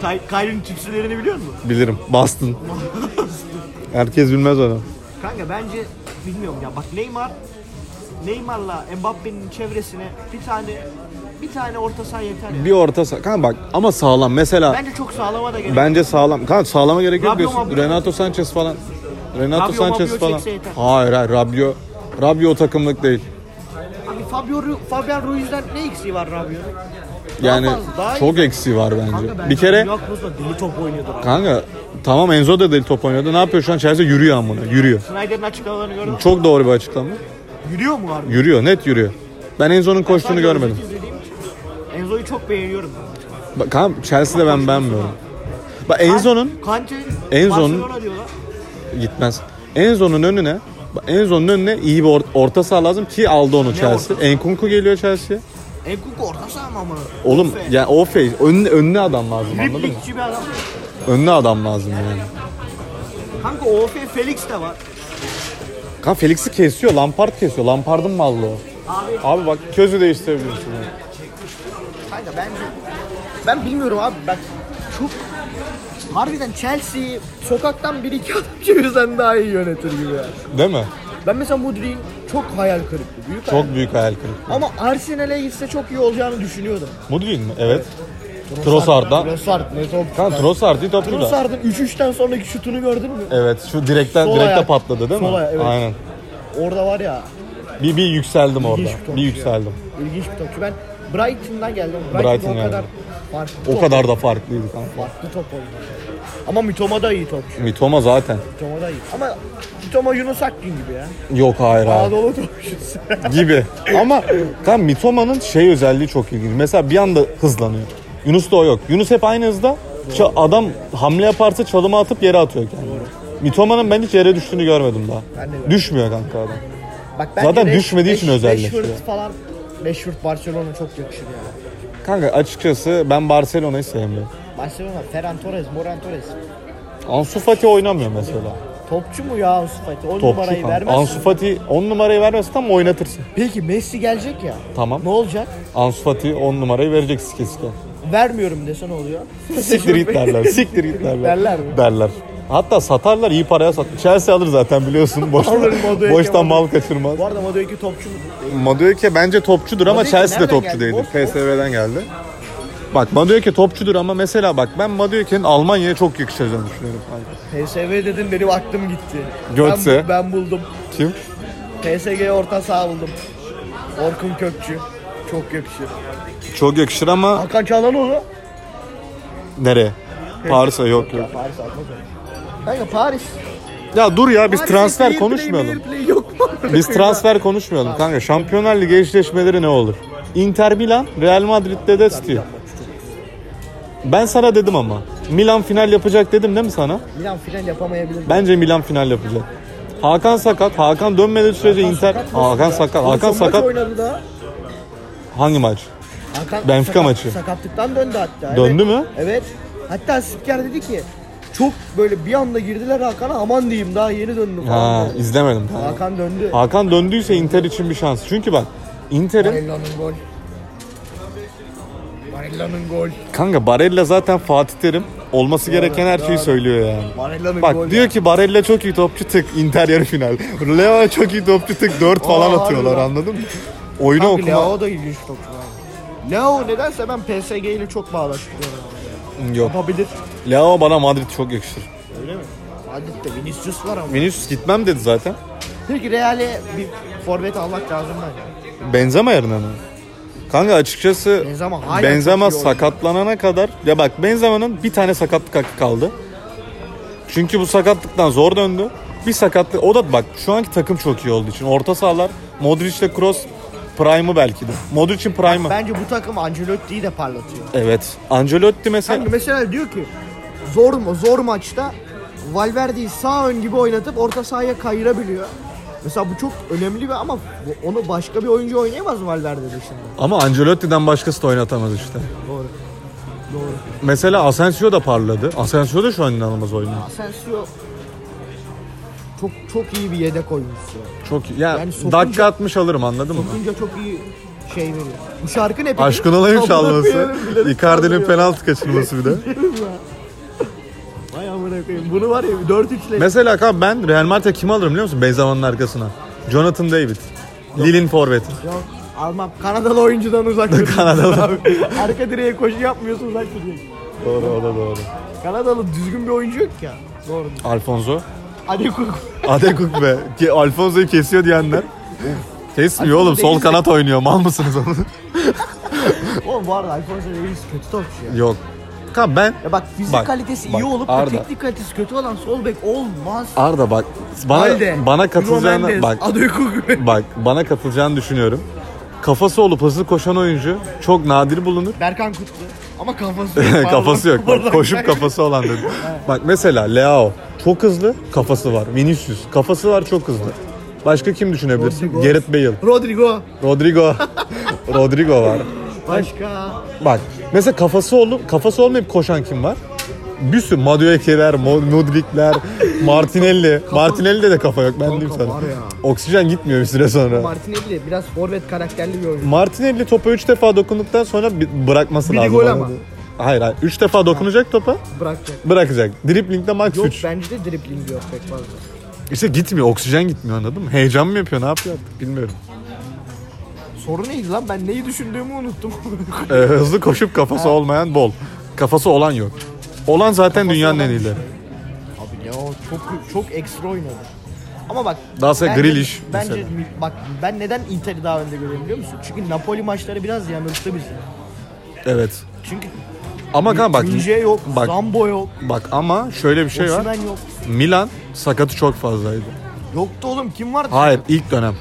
Ty- Kyrie'nin tütsülerini biliyor musun?
bilirim. Bastın. Herkes bilmez onu.
Kanka bence bilmiyorum ya bak Neymar Neymar'la Mbappe'nin çevresine bir tane bir tane orta saha yeter ya.
Bir orta sa- kanka bak ama sağlam. Mesela
Bence çok sağlama da gerek.
bence sağlam. Kanka sağlama gerek yok
Rabiot
diyorsun.
Mabio.
Renato Sanchez falan. Renato
Rabiot
Sanchez
Mabio
falan.
çekse yeter.
Hayır hayır Rabio. Rabio o takımlık değil.
Abi Fabio Ru- Fabian Ruiz'den ne eksiği var Rabiot'un?
Yani
fazla, daha iyi.
çok eksiği var bence.
Kanka bence
Bir kere
Dünya Kupası'nda deli top oynuyordu abi.
Kanka tamam Enzo da deli top oynuyordu. Ne yapıyor şu an Chelsea yürüyor amına. Yürüyor.
Snyder'in açıklamalarını gördün mü?
Çok doğru bir açıklama.
Yürüyor mu abi?
Yürüyor, net yürüyor. Ben Enzo'nun koştuğunu görmedim.
Enzo'yu çok beğeniyorum.
Bak kanka Chelsea'de ben beğenmiyorum. Bak Enzo'nun
Kante
En son
Barcelona diyorlar.
gitmez. Enzon'un önüne Enzon'un önüne iyi bir or- orta saha lazım ki aldı onu Chelsea.
ortası?
Enkunku geliyor Chelsea.
Enkuku orta saha mı amına?
Oğlum
Fe-
ya o face önüne, önüne adam lazım anladın mı?
Triplikçi bir adam.
Önüne adam lazım yani.
Kanka OF Felix de var.
Kan Felix'i kesiyor. Lampard kesiyor. Lampard'ın mallı o.
Abi
Abi bak közü değiştirebilirsin. yani.
kanka bence ben bilmiyorum abi bak çok harbiden Chelsea'yi sokaktan bir iki adam [LAUGHS] çevirsen daha iyi yönetir gibi ya.
Değil mi?
Ben mesela Mudrik'in çok hayal kırıklığı. Büyük hayal.
Çok büyük hayal kırıklığı.
Ama Arsenal'e gitse çok iyi olacağını düşünüyordum.
Mudrik mi? Evet. Trossard'dan.
Trossard ne top.
Kan Trossard iyi topçu da.
Trossard'ın 3-3'ten sonraki şutunu gördün mü?
Evet şu direkten
Sol
direkte
ayak.
patladı değil mi?
Sol ayak, evet.
Aynen.
Orada var ya
Bir bir yükseldim orada.
bir şey topçu
Bir
ya.
yükseldim.
ilginç bir topçu. Ben Brighton'dan geldim.
Brighton
Brighton o
geldi.
kadar farklı
O
top-
kadar da farklıydı kanka.
farklı top oynadı. Ama Mitoma da iyi topçu.
Mitoma zaten.
Mitoma da iyi. Ama Mitoma Yunus Akgün gibi ya.
Yok hayır abi.
Anadolu topçusu.
Gibi. Ama kan Mitoma'nın şey özelliği çok ilginç. Mesela bir anda hızlanıyor. Yunus'ta o yok. Yunus hep aynı hızda. Ça- adam hamle yaparsa çalıma atıp yere atıyor kendini. Mitoma'nın ben hiç yere düştüğünü görmedim daha.
Ben de
Düşmüyor kanka adam.
[LAUGHS] Bak ben
Zaten düşmediği için özelleşiyor.
Rashford falan Rashford Barcelona çok yakışır ya.
Kanka açıkçası ben Barcelona'yı sevmiyorum.
Barcelona Ferran Torres, Moran Torres.
Ansu Fati oynamıyor mesela.
Topçu mu ya Ansu Fati? 10
Topçu
numarayı
kanka.
vermez.
Ansu Fati 10 numarayı vermezsen ama oynatırsın.
Peki Messi gelecek ya.
Tamam.
Ne olacak?
Ansu Fati 10 numarayı verecek sike sike.
Vermiyorum dese ne oluyor?
[LAUGHS] Siktir
[LAUGHS]
git derler. Siktir git derler.
Derler mi?
Derler. Hatta satarlar iyi paraya sat. Chelsea alır zaten
[LAUGHS]
biliyorsun. Boş,
Alır, Madueke,
boştan mal
Madueke.
kaçırmaz.
Bu arada Madueke topçu mu?
Madueke bence topçudur ama
Madueke
Chelsea de
nereden
topçu
geldi?
değildir.
Boş-
PSV'den geldi. Bak Madueke topçudur ama mesela bak ben Madueke'nin Almanya'ya çok yakışacağını düşünüyorum. kanka.
PSV dedin benim aklım gitti.
Götze.
Ben, ben buldum.
Kim?
PSG'ye orta saha buldum. Orkun Kökçü. Çok yakışır.
Çok yakışır ama
Hakan Çalhanoğlu.
nereye? Paris'e yok yok.
Ya Paris almaz onu. Kanka Paris.
Ya dur ya biz
Paris'e
transfer
fair play,
konuşmayalım.
fair play yok mu?
Biz transfer konuşmayalım kanka. Şampiyonlar Ligi eşleşmeleri ne olur? Inter Milan, Real Madrid'de de City. Ben sana dedim ama. Milan final yapacak dedim değil mi sana?
Milan final yapamayabilir.
Bence Milan final yapacak. Hakan sakat. Hakan dönmediği sürece Inter...
sakat mı?
Hakan sakat.
Oğlum
Hakan
son maç
sakat.
oynadı daha.
Hangi maç?
Hakan
Benfica maçı.
Sakatlıktan döndü hatta.
Döndü
evet.
mü?
Evet. Hatta Spiker dedi ki çok böyle bir anda girdiler Hakan'a aman diyeyim daha yeni döndü falan.
Ha,
dedi.
izlemedim.
Hakan döndü.
Hakan döndüyse Inter için bir şans. Çünkü bak Inter'in...
Barella'nın gol. Barella'nın gol.
Kanka Barella zaten Fatih Terim olması gereken her şeyi
doğru.
söylüyor yani.
Barella'nın gol.
Bak diyor ki Barella çok iyi topçu tık Inter yarı final. Leo çok iyi topçu tık 4 falan
Aa,
atıyorlar
harbiden.
anladın mı? Oyunu
Kanka,
okuma.
Leo da ilginç topçu abi. Leo nedense ben PSG ile çok bağdaştırıyorum.
Yok.
Yapabilir.
Leo bana Madrid çok yakışır.
Öyle mi? Madrid'de Vinicius var ama.
Vinicius gitmem dedi zaten.
Peki Real'e bir forvet almak lazım bence.
Benzema yerine mi? Kanka açıkçası
Benzema hala
Benzema
çok iyi oynuyor.
sakatlanana kadar ya bak Benzema'nın bir tane sakatlık hakkı kaldı. Çünkü bu sakatlıktan zor döndü. Bir sakatlık o da bak şu anki takım çok iyi olduğu için orta sahalar Modric'le Kroos prime'ı belki de. Modric'in prime'ı.
Bence bu takım Ancelotti'yi de parlatıyor.
Evet. Ancelotti mesela
Kanka mesela diyor ki zor mu zor maçta Valverde'yi sağ ön gibi oynatıp orta sahaya kayırabiliyor. Mesela bu çok önemli bir ama bu- onu başka bir oyuncu oynayamaz mı Valverde dışında.
Ama Ancelotti'den başkası da oynatamaz işte.
Doğru. Doğru.
Mesela Asensio da parladı. Asensio da şu an inanılmaz oynuyor.
Asensio çok çok iyi bir yedek oyuncusu.
Çok iyi. Ya
Yani sokunca-
dakika 60 alırım anladın mı?
Bunca çok iyi şey veriyor. Bu şarkı ne peki?
Aşkın olayım çalması.
Bilerek- bilerek
Icardi'nin
çaldırıyor.
penaltı kaçırması bir de. [LAUGHS]
Vay amına koyayım. Bunu var ya 4-3'le
Mesela kanka ben Real Madrid'e kim alırım biliyor musun? Benzema'nın arkasına. Jonathan David. Lille'in forveti.
Yok, Almam. Kanadalı oyuncudan
[LAUGHS]
uzak durun.
Kanadalı.
[LAUGHS] Arka direğe koşu yapmıyorsun uzak durun.
Doğru o da doğru.
Kanadalı düzgün bir oyuncu yok ya. Doğru.
Alfonso.
Hadi kuk.
Adekuk be. Ki Alfonso'yu kesiyor diyenler. Kesmiyor oğlum. Sol
Davies'e-
kanat oynuyor. Mal [LAUGHS] mısınız oğlum?
Oğlum bu arada Alfonso Davies kötü topçu ya.
Yok. Kanka ben
Ya bak fizik
Bak,
kalitesi
bak,
iyi olup
Arda.
da teknik kalitesi kötü olan sol bek olmaz.
Arda bak bana
Halde,
bana katılacağını
Nuno
bak
Mendes, Adekuk.
Bak bana katılacağını düşünüyorum. Kafası olup hızlı koşan oyuncu çok nadir bulunur.
Berkan Kutlu. Ama kafası yok. pardon.
[LAUGHS] kafası yok. Bak,
Buradan
koşup
kaç-
kafası olan dedim. Bak mesela Leao çok hızlı kafası var. Vinicius kafası var çok hızlı. Başka kim düşünebilirsin?
Rodrigo.
Gareth Bale.
[LAUGHS] Rodrigo.
Rodrigo. [LAUGHS] Rodrigo var.
Başka.
Bak mesela kafası olup kafası olmayıp koşan kim var? Bir sürü Madueke'ler, Mo-
[LAUGHS]
Mudrik'ler, Martinelli. Martinelli'de de kafa yok ben diyeyim sana.
var ya.
Oksijen gitmiyor bir süre sonra.
Martinelli biraz forvet karakterli bir oyuncu.
Martinelli topa 3 defa dokunduktan sonra bi- bırakması
Biri
lazım.
gol ama.
Hayır hayır. 3 defa dokunacak topa
Bırakacak.
bırakacak. Driplingde max
Yok
3.
bence de dribbling yok pek fazla.
İşte gitmiyor. Oksijen gitmiyor anladın mı? Heyecan mı yapıyor? Ne yapıyor artık bilmiyorum.
Soru neydi lan? Ben neyi düşündüğümü unuttum. [LAUGHS]
Ee, hızlı koşup kafası olmayan bol. Kafası olan yok. Olan zaten dünyanın en
olan
iyileri.
Abi ya o çok çok ekstra oynadı. Ama bak
Daha sonra
bence-
Grealish
bence
mesela.
mi- bak ben neden Inter'i daha önde görüyorum biliyor musun? Çünkü Napoli maçları biraz yanılttı bizi.
Evet.
Çünkü
Ama kan bak.
Tunce şey. yok,
Bak,
Zambo yok,
bak ama şöyle bir şey var.
Osimhen yok.
Milan sakatı çok fazlaydı.
Yoktu oğlum kim vardı?
Hayır ilk dönem.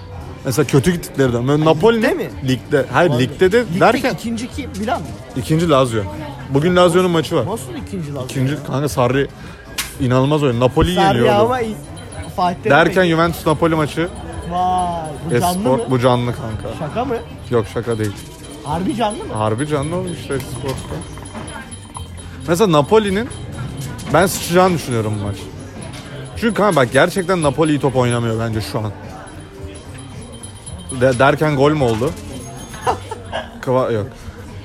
Mesela kötü gittikleri dönem. Böyle Napoli
ligde mi?
Ligde. Hayır
Vardı.
ligde de
Ligde
derken
ikinci kim? Milan mı?
ikinci Lazio. Bugün Lazio'nun maçı var.
Nasıl ikinci lan?
İkinci kanka Sarri inanılmaz oyun. Napoli'yi
Sarri
yeniyor.
ama Fatih
Derken
Terim-
Juventus Napoli maçı.
Vay bu canlı
Espor
mı?
bu canlı kanka.
Şaka mı?
Yok şaka değil.
Harbi canlı mı?
Harbi canlı olmuş işte Esport'ta. Mesela Napoli'nin ben sıçrayacağını düşünüyorum bu maç. Çünkü kanka bak gerçekten Napoli iyi top oynamıyor bence şu an. De- derken gol
[LAUGHS]
mü oldu? Kıva yok.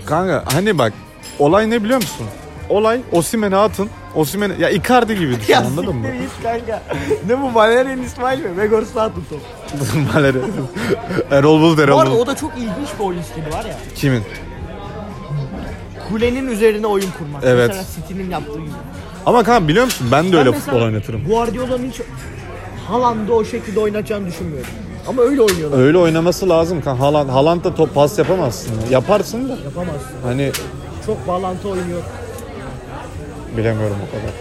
Kanka hani bak olay ne biliyor musun? Olay Osimhen'e atın. Osimhen'e ya Icardi gibi düşün
Ya
anladın
[LAUGHS]
mı?
siktir git kanka. ne bu Valerian İsmail mi? Vegor Statum top.
[LAUGHS] Valeri. Erol Bulut,
Bu
Erol
arada
Bulut.
o da çok ilginç bir oyun stili var ya.
Kimin?
Kulenin üzerine oyun kurmak.
Evet.
Mesela City'nin yaptığı gibi.
Ama kanka biliyor musun ben de
Ben
öyle
mesela
futbol oynatırım.
Guardiola'nın hiç Haaland'ı o şekilde oynatacağını düşünmüyorum. Ama öyle oynuyorlar.
Öyle oynaması lazım kan. Haaland, Haaland da top pas yapamazsın. ya. Yaparsın da
Yapamazsın.
hani
Çok bağlantı oynuyor.
bilemiyorum o kadar.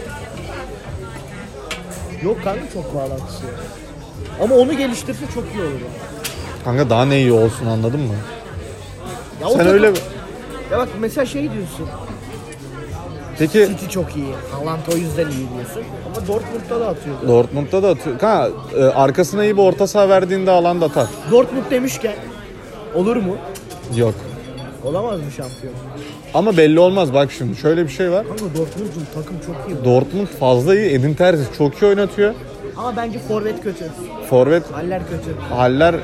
Yok kanka çok bağlantısı. yok. Ama onu geliştirse çok iyi olur. ya.
Kanka daha ne iyi olsun anladın mı?
Ya o
Sen
takım-
öyle
Ya bak mesela şey diyorsun.
Peki
City çok iyi. Haaland o yüzden iyi diyorsun. Ama Dortmund'da da atıyor.
Dortmund'da da atıyor. Kanka e, arkasına iyi bir orta saha verdiğinde Haaland atar.
Dortmund demişken olur mu?
Yok.
Olamaz mı şampiyon?
Ama belli olmaz bak şimdi şöyle bir şey var.
Kanka Dortmund'un takım çok iyi.
Dortmund fazla iyi. Edin Terzic çok iyi oynatıyor.
Ama bence forvet kötü.
Forvet
Haller kötü.
Haller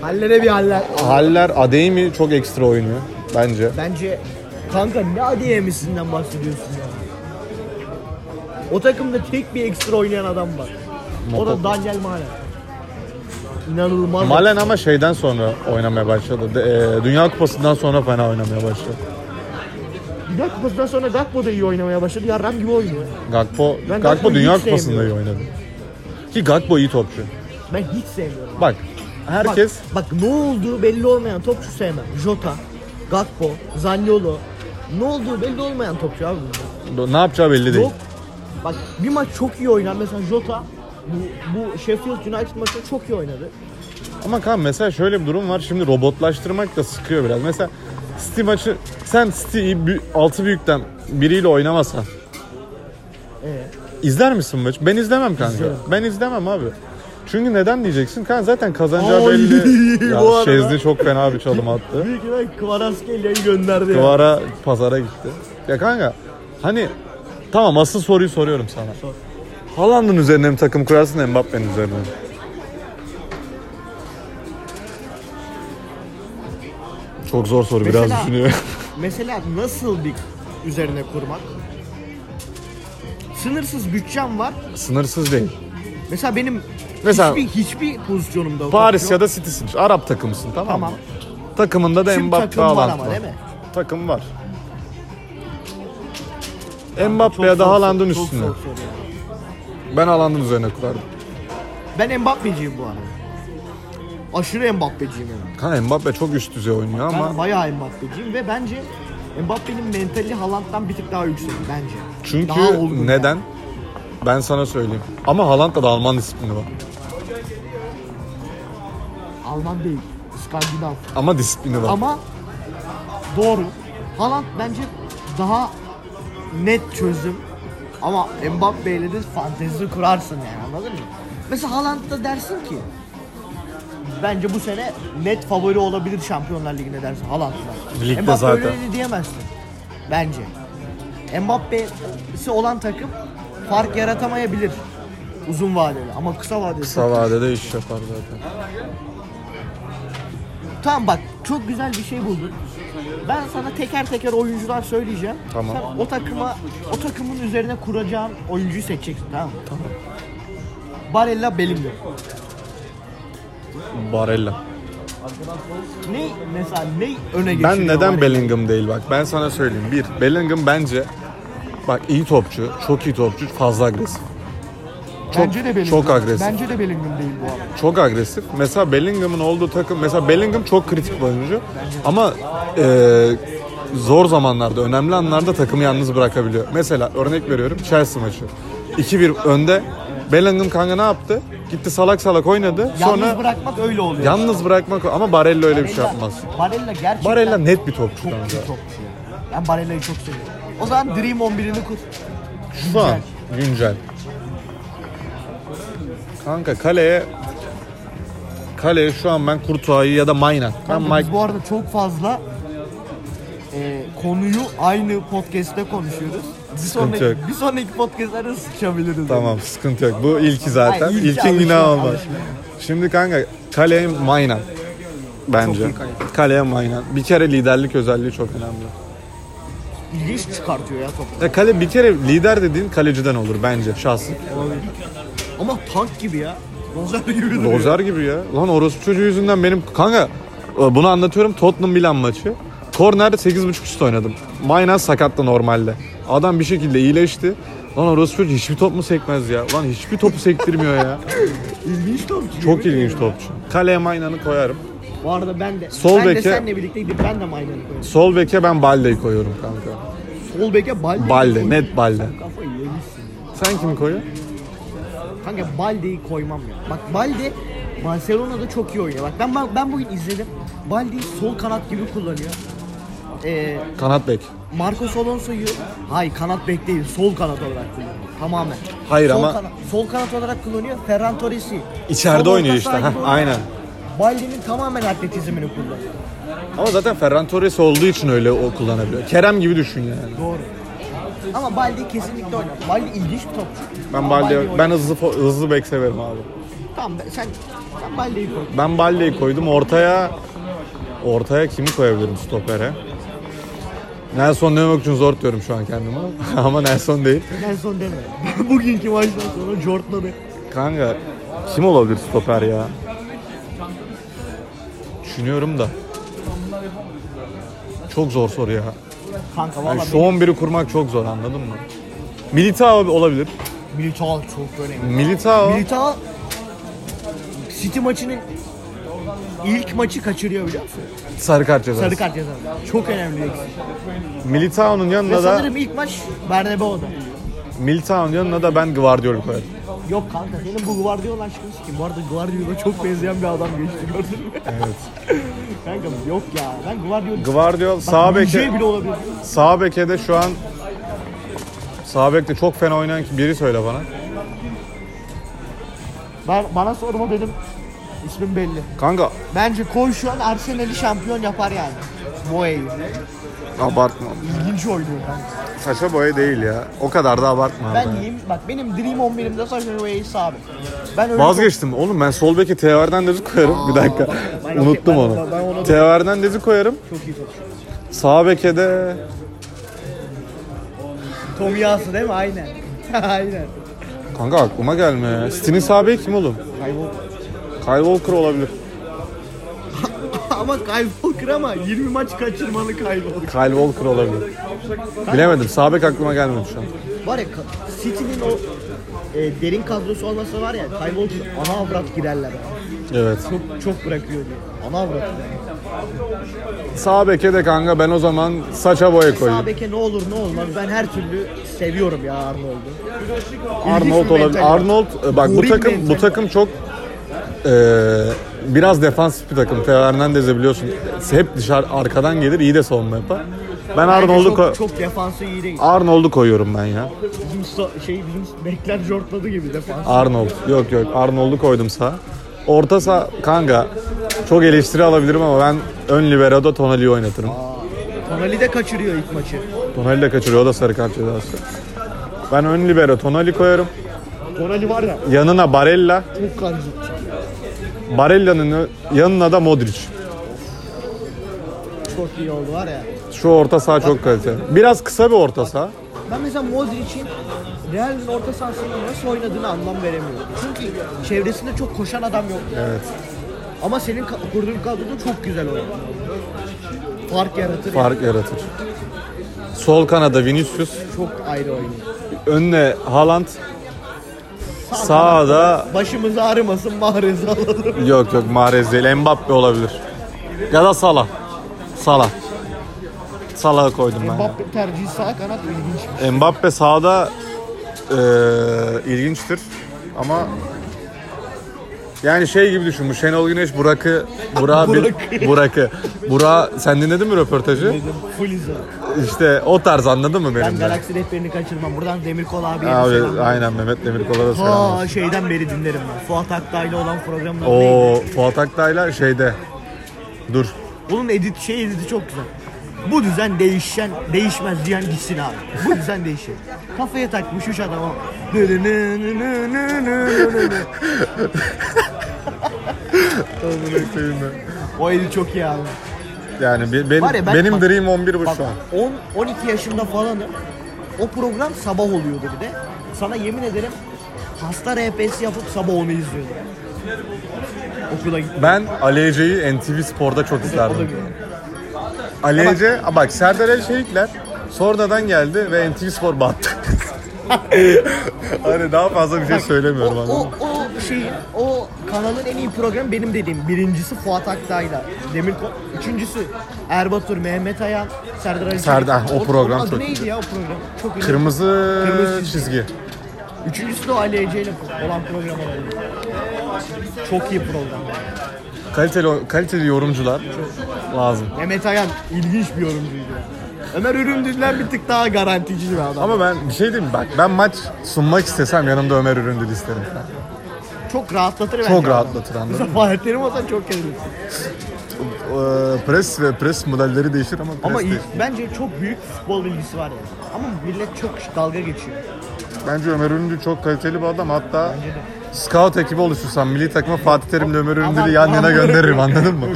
Hallere bir haller.
Haller Adeyemi çok ekstra oynuyor bence.
Bence kanka ne Adeyemisinden bahsediyorsun ya. O takımda tek bir ekstra oynayan adam var. O da
Motoko.
Daniel Malen. İnanılmaz.
Malen ama şeyden sonra oynamaya başladı. De- e, Dünya Kupası'ndan sonra fena oynamaya başladı.
Dünya Kupası'ndan sonra Gakpo da iyi oynamaya başladı. Yarram gibi oynuyor.
Gakpo,
Ben
Gakpo
Gakpo'yu
Dünya
hiç
Kupası'nda iyi
sevmiyorum.
oynadı. Ki Gakpo iyi topçu.
Ben hiç sevmiyorum.
Bak herkes
Bak, bak ne olduğu belli olmayan topçu sevmem. Jota, Gakpo, Zaniolo. Ne olduğu belli olmayan topçu abi bunlar.
ne yapacağı belli değil.
Yok. Bak bir maç çok iyi oynar. Mesela Jota bu, bu Sheffield United maçı çok iyi oynadı.
Ama kan mesela şöyle bir durum var. Şimdi robotlaştırmak da sıkıyor biraz. Mesela City maçı sen City'yi 6 büyükten biriyle oynamasan
Ee,
izler misin maç? Ben izlemem kanka.
İzlerim.
Ben izlemem abi. Çünkü neden diyeceksin? Kan zaten kazanacağı
Ay, [LAUGHS]
belli.
bu
ya
arada.
Şezli çok fena bir çalım attı.
büyük ihtimal Kvaratskhelia gönderdi ya.
Duvara pazara gitti. Ya kanka hani tamam asıl soruyu soruyorum sana.
Sor.
Haaland'ın üzerine mi takım kurarsın Mbappe'nin üzerine mi? Çok zor soru biraz
Mesela-
düşünüyor.
Mesela nasıl bir üzerine kurmak? Sınırsız bütçem var.
[LAUGHS] Sınırsız değil.
Mesela benim
Mesela-
hiçbir hiçbir pozisyonumda
Paris ya da City'sin. Arap takımısın tamam mı?
Tamam.
Takımında da
Tüm
Mbappe
takım var
Haaland
ama
var.
değil mi?
Takım var. Mbappe ya da Haaland'ın üstüne. Ben Haaland'ın üzerine kurardım.
Ben Mbappe'ciyim bu arada. Aşırı Mbappe'ciyim yani.
Kanka Mbappe çok üst düzey oynuyor ama...
Ben bayağı Mbappe'ciyim ve bence Mbappe'nin mentali Haaland'dan bir tık daha yüksek bence.
Çünkü
Daha olgun
neden?
yani.
Ben sana söyleyeyim. Ama Haaland'da da Alman disiplini var.
Alman değil, İskandinav.
Ama disiplini var.
Ama doğru. Haaland bence daha net çözüm. Ama Mbappe ile de fantezi kurarsın yani anladın mı? Mesela Haaland'da dersin ki bence bu sene net favori olabilir Şampiyonlar Ligi'nde dersin Haaland'la.
Ligde
Mbappe öyle
zaten.
de diyemezsin. Bence. Mbappe'si olan takım fark yaratamayabilir. Uzun vadeli ama kısa vadeli.
Kısa vadede iş yapar zaten.
Tamam bak çok güzel bir şey buldun. Ben sana teker teker oyuncular söyleyeceğim.
Tamam.
Sen o takıma o takımın üzerine kuracağın oyuncuyu seçeceksin tamam mı? Tamam. Barella Bellingham.
Barella.
Ne mesela ne öne geçiriyor?
Ben neden
Barella?
Bellingham değil bak ben sana söyleyeyim. Bir, Bellingham bence bak iyi topçu, çok iyi topçu, fazla agresif. Çok,
Bence de Bellingham.
çok agresif.
Bence de Bellingham değil bu abi.
Çok agresif. Mesela Bellingham'ın olduğu takım, mesela Bellingham çok kritik bir oyuncu. Ama e, zor zamanlarda, önemli anlarda takımı yalnız bırakabiliyor. Mesela örnek veriyorum Chelsea maçı. 2-1 önde. Bellingham kanka ne yaptı? Gitti salak salak oynadı. Sonra
Yalnız bırakmak öyle oluyor.
yalnız bırakmak ama Barella öyle bir şey
Barella-
yapmaz.
Barella gerçekten
Barella net bir topçu
çok
bence.
iyi topçu ya. Ben Barella'yı çok seviyorum. O zaman Dream 11'ini kur.
Şu an güncel. Kanka kaleye kaleye şu an ben Kurtuay'ı ya da Maynak. Ben
Kanka
Mike
Biz bu arada çok fazla e, konuyu aynı podcast'te konuşuyoruz. Bir sonraki,
yok.
bir sonraki podcast'lerde sıçabiliriz.
Tamam sıkıntı yok. Bu ilki zaten.
Hayır, ilki
İlkin
alışma-
günah olmaz.
alışma.
Şimdi kanka kaleye Maynan. Bence.
iyi kale.
Kaleye Maynan. Bir kere liderlik özelliği çok önemli.
İlginç çıkartıyor ya topu.
Ya kale bir kere lider dediğin kaleciden olur bence şahsın.
Ama tank gibi ya. Dozer gibi duruyor.
Dozer gibi ya. Lan orospu çocuğu yüzünden benim kanka e, bunu anlatıyorum Tottenham Milan maçı. Korner 8.5 üstü oynadım. Maynan sakattı normalde. Adam bir şekilde iyileşti. Lan orospu çocuğu hiçbir top mu sekmez ya? Lan hiçbir topu sektirmiyor ya.
İlginç topçu.
Çok ilginç topçu. Kaleye Maynan'ı koyarım.
Bu arada ben de.
Sol
ben
beke-
de seninle birlikte gidip ben de Maydan'ı koyarım.
Sol beke ben Balde'yi koyuyorum kanka.
Sol beke Balde.
Balde, net Balde.
Kafayı yemişsin.
Sen kimi koyuyorsun?
Kanka Balde'yi koymam ya. Bak Balde Barcelona'da çok iyi oynuyor. Bak ben ben bugün izledim. Balde'yi sol kanat gibi kullanıyor. E, Eee
Kanat bek.
Marcos Alonso'yu hayır kanat bek değil sol kanat olarak kullanıyor tamamen.
Hayır
sol
ama-
kana- sol kanat olarak kullanıyor Ferran Torres'i.
İçeride
Sol
oynuyor
orta
işte,
saha gibi
heh,
oynuyor.
aynen.
Baldi'nin tamamen atletizmini kullanıyor.
Ama zaten Ferran Torres olduğu için öyle o kullanabiliyor. Kerem gibi düşün yani.
Doğru. Ama Baldi kesinlikle oynar. Baldi ilginç bir topçu.
Ben
Ama
Balde
oynar.
ben hızlı fo- hızlı bek severim abi.
Tamam ben- sen sen Baldi'yi koy.
Ben Balde'yi koydum ortaya. Ortaya kimi koyabilirim stopere? Nelson demek için zor diyorum şu an kendime. ama [LAUGHS] Nelson değil.
Nelson deme. [LAUGHS] Bugünkü maçtan sonra Jordan'ı
Kanka kim olabilir stoper ya? Düşünüyorum da. Çok zor soru ya.
kanka
Yani
valla
şu 11'i kurmak çok zor anladın mı? Militao olabilir.
Militao çok önemli.
Militao
Militao City maçının ilk maçı kaçırıyor biliyor musun?
sarı kart cezası.
Sarı kart yazan. Çok önemli bir eksik.
Militao'nun
Ve
yanına da
sanırım ilk maç Bernabeu'da.
Militao'nun yanına da ben Guardiola'yı koyarım.
Yok kanka senin bu Guardiola aşkınız ki. Bu arada Guardiola'ya çok benzeyen bir adam geçti gördün mü? [LAUGHS]
Evet.
kanka yok ya. Ben Guardiola...
Guardiola sağ
Bak, DJ
beke
bile olabilir.
sağ beke de şu an sağ bekte çok fena oynayan ki biri söyle bana.
Ben, bana sorma benim ismim belli.
Kanka
Bence koy şu an Arsenal'i şampiyon yapar yani. Moe'yi.
abartma.
İlginç oynuyor kanka.
Saça boya değil ya. O kadar da abartma.
Ben
abi.
diyeyim bak benim Dream 11'imde Sasha Moe'yi abi. Ben öyle
Vazgeçtim. Oğlum ben sol beke Theo Hernandez'i koyarım. bir dakika.
ben-
Unuttum
ben-
onu.
ben onu-
Theo Hernandez'i koyarım.
Çok iyi topçu.
Sağ beke de
Tomiyası değil mi? Aynen. [LAUGHS] Aynen.
Kanka aklıma gelmiyor ya. Stini sağ bek kim oğlum?
Kayboldu.
Kyle Walker olabilir.
ama kaybolur ama 20 maç kaçırmalı kaybolur.
Kyle Walker olabilir. Bilemedim. Sağ bek aklıma gelmedi şu an.
Var ya Ka- City'nin o e, derin kadrosu olması var ya kaybolur ana avrat girerler. yani.
Evet.
Çok çok bırakıyor diye. Ana avrat.
Sağ beke de kanka ben o zaman saça boya
Sağ
koyayım.
beke ne olur ne olmaz ben her türlü seviyorum ya Arnold'u. İlginç
Arnold
bir
olabilir.
mental.
Arnold e, bak bu
Guril
takım bu
mental.
takım çok Ee, biraz defansif bir takım. Teo Hernandez'e biliyorsun hep dışarı arkadan gelir iyi de savunma yapar. Ben Arnold'u
Bence
ko-
çok, çok defansı iyi değil.
Arnold'u koyuyorum ben ya.
Bizim so- şey bizim bekler jortladı gibi defans.
Arnold. Yok yok Arnold'u koydum sağa. Orta saha kanka çok eleştiri alabilirim ama ben ön libero'da Tonali'yi oynatırım.
Tonali de kaçırıyor ilk maçı.
Tonali de kaçırıyor o da sarı kart cezası. Ben ön libero Tonali koyarım.
Tonali var ya
Yanına Barella.
çok kancıktı.
Barella'nın ö- yanına da Modric.
Çok iyi oldu var ya.
Şu orta saha çok kaliteli. Biraz kısa bir orta saha.
Ben mesela Modric'in Real'in orta sahasında nasıl oynadığını anlam veremiyorum. Çünkü çevresinde çok koşan adam yok.
Evet.
Ama senin ka- kurduğun kadroda çok güzel oynadı. Fark yaratır.
Fark yaratır. Sol kanada Vinicius,
Çok ayrı oynuyor.
önüne Haaland,
kanat-
sağda
Başımız ağrımasın Mahrez'i alalım.
yok yok Mahrez değil, Mbappe olabilir. Ya da Salah. Salah. Salah'ı koydum ben.
Mbappe tercihi sağ kanat ilginçmiş.
ya. Mbappe sağda eee, ilginçtir ama yani şey gibi düşün bu Şenol Güneş Burak'ı Burak'ı bir, Burak'ı Burak'ı sen dinledin mi röportajı?
Full izle.
İşte o tarz anladın mı benim
Ben
de?
Galaxy rehberini kaçırmam. Buradan Demirkol abiye de
Abi
selam.
aynen Mehmet Demirkol'a da selam olsun.
Ha şeyden beri dinlerim ben. Fuat Aktay'la olan programları. neydi?
O Fuat Aktay'la şeyde. Dur.
Bunun edit şey editi çok güzel. Bu düzen değişen, değişmez diyen gitsin abi. Bu düzen değişir. Kafaya takmış üç adam o. Nı nı nı nı nı nı nı nı. O edit çok iyi abi.
Yani be- benim,
Var ya ben-
benim
bak-
Dream 11 bu
Bak
şu an.
10 12 yaşında falanım. O program sabah oluyordu bir de. Sana yemin ederim hasta RPS yapıp sabah onu izliyordum. Okula gittim.
Ben Ali Ece'yi NTV Spor'da çok
O da
izlerdim.
güzel.
Ali Ece, Aa, bak Serdar El Şehikler sonradan geldi ve NTV Spor battı. hani daha fazla bir şey söylemiyorum
o,
anladın
o,
mı?
o şeyin, o kanalın en iyi programı benim dediğim. Birincisi Fuat Aktay'la Demirkol. Üçüncüsü Erbatur, Mehmet Ayan, Serdar Ali.
Serdar,
Çelik.
o
Onun-
program
onun adı
çok
neydi ya o program? Çok ünlü.
Kırmızı,
Kırmızı
çizgi.
Üçüncüsü de o Ali Ece ile olan program olabilir. Çok iyi program.
Kaliteli, kaliteli yorumcular lazım.
Mehmet Ayan ilginç bir yorumcuydu. Ömer Üründüz'den bir tık daha garantici bir adam.
Ama ben bir şey diyeyim mi? Bak ben maç sunmak istesem yanımda Ömer Üründül isterim.
çok rahatlatır bence.
Çok
adamı.
rahatlatır anladın mı?
Mesela Fatih Terim olsan çok gerilirsin.
Ee, pres ve pres modelleri değişir ama pres
Ama iyi-
değişir.
bence çok büyük futbol bilgisi var yani. Ama millet çok dalga geçiyor.
Bence Ömer Ünlü çok kaliteli bir adam. Hatta scout ekibi oluştursam milli takıma Fatih Terim'le Ömer
Aman,
Ünlü'yü yan yana
aman.
gönderirim
[LAUGHS]
anladın mı?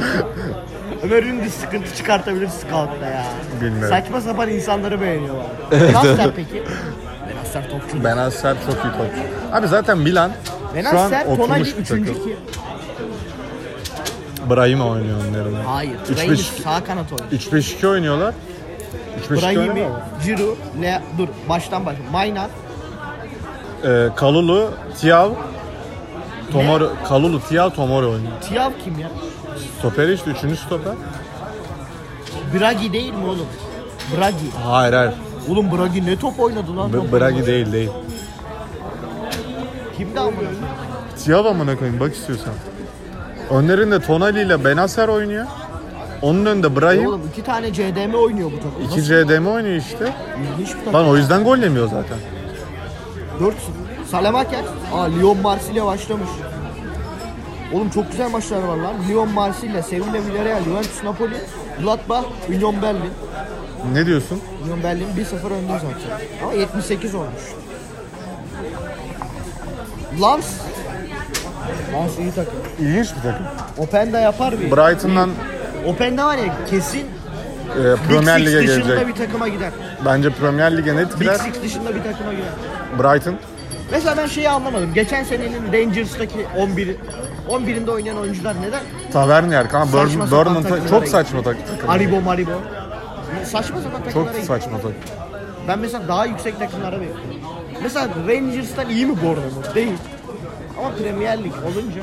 Ömer Ünlü sıkıntı çıkartabilir scout'ta ya.
Bilmiyorum.
Saçma sapan insanları beğeniyorlar.
[LAUGHS]
Nasıl peki? Benasser topçu.
ben Asfer çok iyi top. Abi zaten Milan şu an
Benasser Tonali
oturmuş bir
3.
takım.
ki.
Brahima oynuyor onların.
Hayır.
3-5-2
Brahim sağ kanat oynuyor.
3-5-2 oynuyorlar. 3-5-2
Brahim'i,
oynuyorlar.
Ciro, Le... Dur baştan başla. Maynan,
Ee, Kalulu, Tiav, Tomori, Kalulu, Tiav, Tomori oynuyor.
Tiav kim ya?
Stoper işte 3. stoper.
Bragi değil mi oğlum? Bragi.
Hayır hayır.
Oğlum Bragi ne top oynadı lan?
B- Bragi değil değil.
Kimdi amına?
Tiav amına koyayım bak istiyorsan. Önlerinde Tonali ile Benacer oynuyor. Onun önünde
E
Brahim.
Oğlum iki tane CDM oynuyor bu takım.
2 CDM oynuyor işte.
Nasıl ilginç bir takım.
Lan o yüzden gol yemiyor zaten.
4 Salamaker. Aa Lyon Marsilya başlamış. Oğlum çok güzel maçlar var lan. Lyon Marsilya, Sevilla Villarreal, Juventus Napoli, Gladbach, Union Berlin.
Ne diyorsun?
Union Berlin 1-0 önde zaten. Ama 78 olmuş. Lens. Lens iyi takım.
İlginç bir takım.
Openda yapar bir.
Brighton'dan
Openda var ya kesin
e,
Big
Premier
Six
Lig'e
dışında
gelecek.
bir takıma gider.
Bence Premier Lig'e net
Big
gider.
Six dışında bir takıma gider.
Brighton.
Mesela ben şeyi anlamadım. Geçen senenin Rangers'taki 11 11'inde oynayan oyuncular neden?
Tavernier. Kan,
Saçma
Burn,
sapan
Burnham-
takımlara
çok
gitti.
saçma tak- takım.
Aribo Maribo. Saçma sapan
Çok
takımlara gitti.
saçma takım.
Ben mesela daha yüksek takımlara bekliyorum. Mesela Rangers'tan iyi mi Bournemouth? Değil. Ama Premier Lig olunca.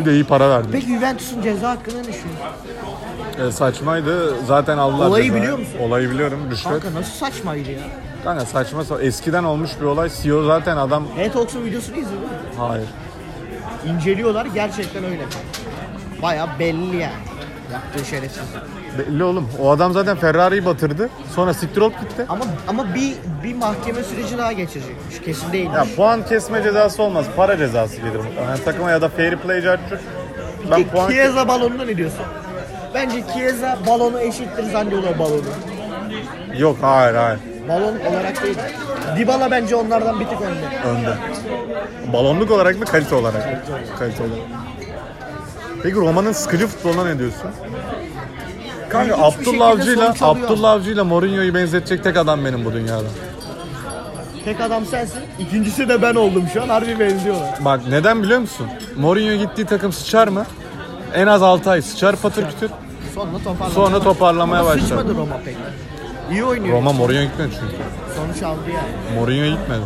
Bir de iyi para verdi.
Peki Juventus'un ceza hakkında ne düşünüyorsun?
E, saçmaydı. Zaten aldılar.
Olayı
cezayı.
biliyor musun?
Olayı biliyorum. Rüşvet.
Kanka nasıl saçmaydı ya?
Kanka saçma sapan. Eskiden olmuş bir olay. CEO E zaten adam...
Net Ox'un videosunu izledin mi?
Hayır.
inceliyorlar gerçekten öyle. Baya belli yani yaptığı şerefsizlik.
Belli oğlum. O adam zaten Ferrari'yi batırdı. Sonra siktir olup gitti.
Ama ama bir bir mahkeme süreci daha geçecekmiş. Kesin değil.
Ya puan kesme cezası olmaz. Para cezası gelir muhtemelen. Yani takıma ya da fair play cartçuk. Ben
Ki
puan...
Chiesa balonuna ne diyorsun? Bence Chiesa balonu eşittir Zaniolo balonu.
Yok hayır hayır.
Balon olarak değil. Dybala bence onlardan bir tık önde.
Önde. Balonluk olarak mı kalite olarak mı? Kalite olarak. Peki Roma'nın sıkıcı futboluna ne diyorsun? Kanka
Yani hiçbir şekilde
Abdullah Avcı'yla
sonuç alıyor.
Abdullah Avcı'yla Mourinho'yu benzetecek tek adam benim bu dünyada.
Tek adam sensin. İkincisi de ben oldum şu an. Harbi benziyorlar.
Bak neden biliyor musun? Mourinho gittiği takım sıçar mı? En az 6 ay sıçar patır kütür.
Sonra toparlamaya
Sonra toparlamaya
Ama
başladı.
Sıçmadı Roma pek. İyi oynuyor.
Roma Mourinho gitmedi çünkü.
Sonuç aldı yani.
Mourinho gitmedi.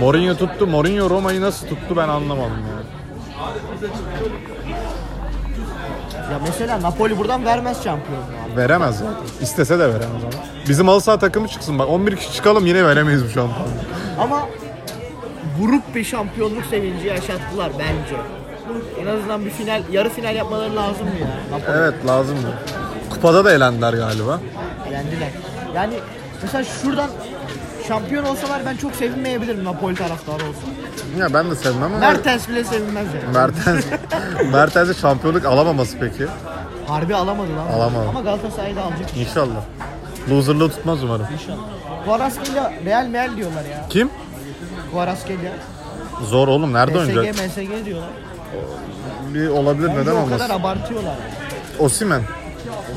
Mourinho tuttu. Mourinho Roma'yı nasıl tuttu ben anlamadım yani.
Ya mesela Napoli buradan vermez şampiyonluğu. abi.
Veremez zaten. İstese de veremez ama. Bizim halı saha takımı çıksın bak 11 kişi çıkalım yine veremeyiz bu şampiyonu.
Ama grup bir şampiyonluk sevinci yaşattılar bence. En azından bir final, yarı final yapmaları lazım mı ya? Napoli
Evet lazım bu. Kupada da elendiler galiba.
elendiler. Yani mesela şuradan şampiyon olsalar ben çok sevinmeyebilirim Napoli taraftarı olsa.
Ya ben de sevmem ama
Mertens bile sevinmez yani.
Mertens
[LAUGHS]
Mertens'e şampiyonluk alamaması peki.
Harbi alamadı lan.
Alamadı.
Ama Galatasaray'da alacak
İnşallah. Loserlığı tutmaz umarım.
inşallah. Kvaratskhelia Real Meal diyorlar ya.
Kim?
Kvaratskhelia.
Zor oğlum nerede oynayacak?
PSG, MSG diyorlar.
Bir olabilir
Bence
neden
o kadar
olmasın.
abartıyorlar.
Osimen.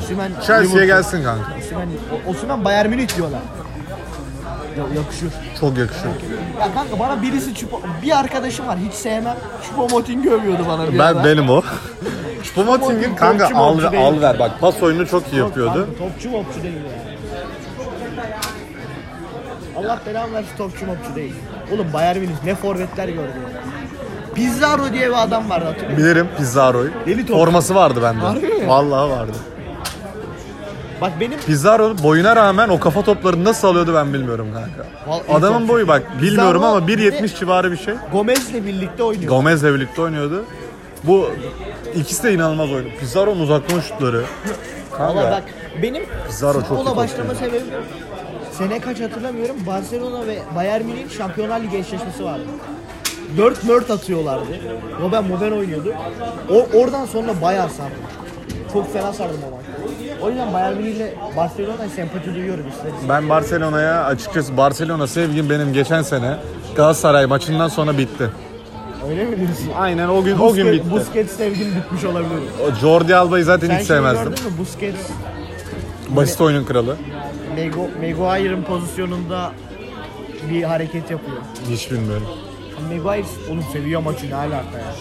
Osimhen
Chelsea'ye
Liverpool.
gelsin kanka.
Osimhen, o- Osimhen Bayern Münih diyorlar. Ya, yakışır.
Çok yakışıyor.
Ya kanka bana birisi Çupo, bir arkadaşım var hiç sevmem. Çupo Moting'i övüyordu bana bir ara.
Ben benim o. Choupo-Moting'in kanka
Topçu
al,
mopçu değil.
al ver bak pas oyunu çok iyi yapıyordu.
Kanka, topçu mopçu değil ya. Allah belanı versin topçu mopçu değil. Oğlum Bayern Münih ne forvetler gördü ya. Pizarro diye bir adam vardı hatırlıyor musun?
Bilirim Pizarro'yu.
Deli top.
Forması vardı bende.
Harbi mi?
Vallahi vardı.
Bak benim
Pizarro boyuna rağmen o kafa toplarını nasıl alıyordu ben bilmiyorum kanka.
Vallahi
Adamın
çok
boyu bak bilmiyorum
Pizarro
ama
bir
1.70
de-
civarı bir şey.
Gomez'le birlikte oynuyor.
Gomez'le birlikte oynuyordu. Bu ikisi de inanılmaz oynadı. Pizarro'nun uzaklama şutları.
Valla
Kanka
bak benim
Pizarro çok iyi
futbola
topçu.
başlama sebebim sene kaç hatırlamıyorum Barcelona ve Bayern Münih Şampiyonlar Ligi eşleşmesi vardı. 4 mört atıyorlardı. Robben Moben oynuyordu. O, oradan sonra bayağı sardım. Çok fena sardım o maç. O yüzden Bayern Münih ile Barcelona'ya sempati duyuyorum ister istemez.
ben Barcelona'ya açıkçası Barcelona sevgim benim geçen sene Galatasaray maçından sonra bitti.
Öyle mi diyorsun?
Aynen o gün o gün
Busquets-
bitti.
Busquets sevgin bitmiş olabilir.
O Jordi Alba'yı zaten
Sen
hiç
şeyi
sevmezdim.
gördün mü? Busquets
Basit oyunun kralı.
Magu- Maguire'ın pozisyonunda bir hareket yapıyor.
Hiç bilmiyorum.
Maguire oğlum seviye maçı ne alaka ya?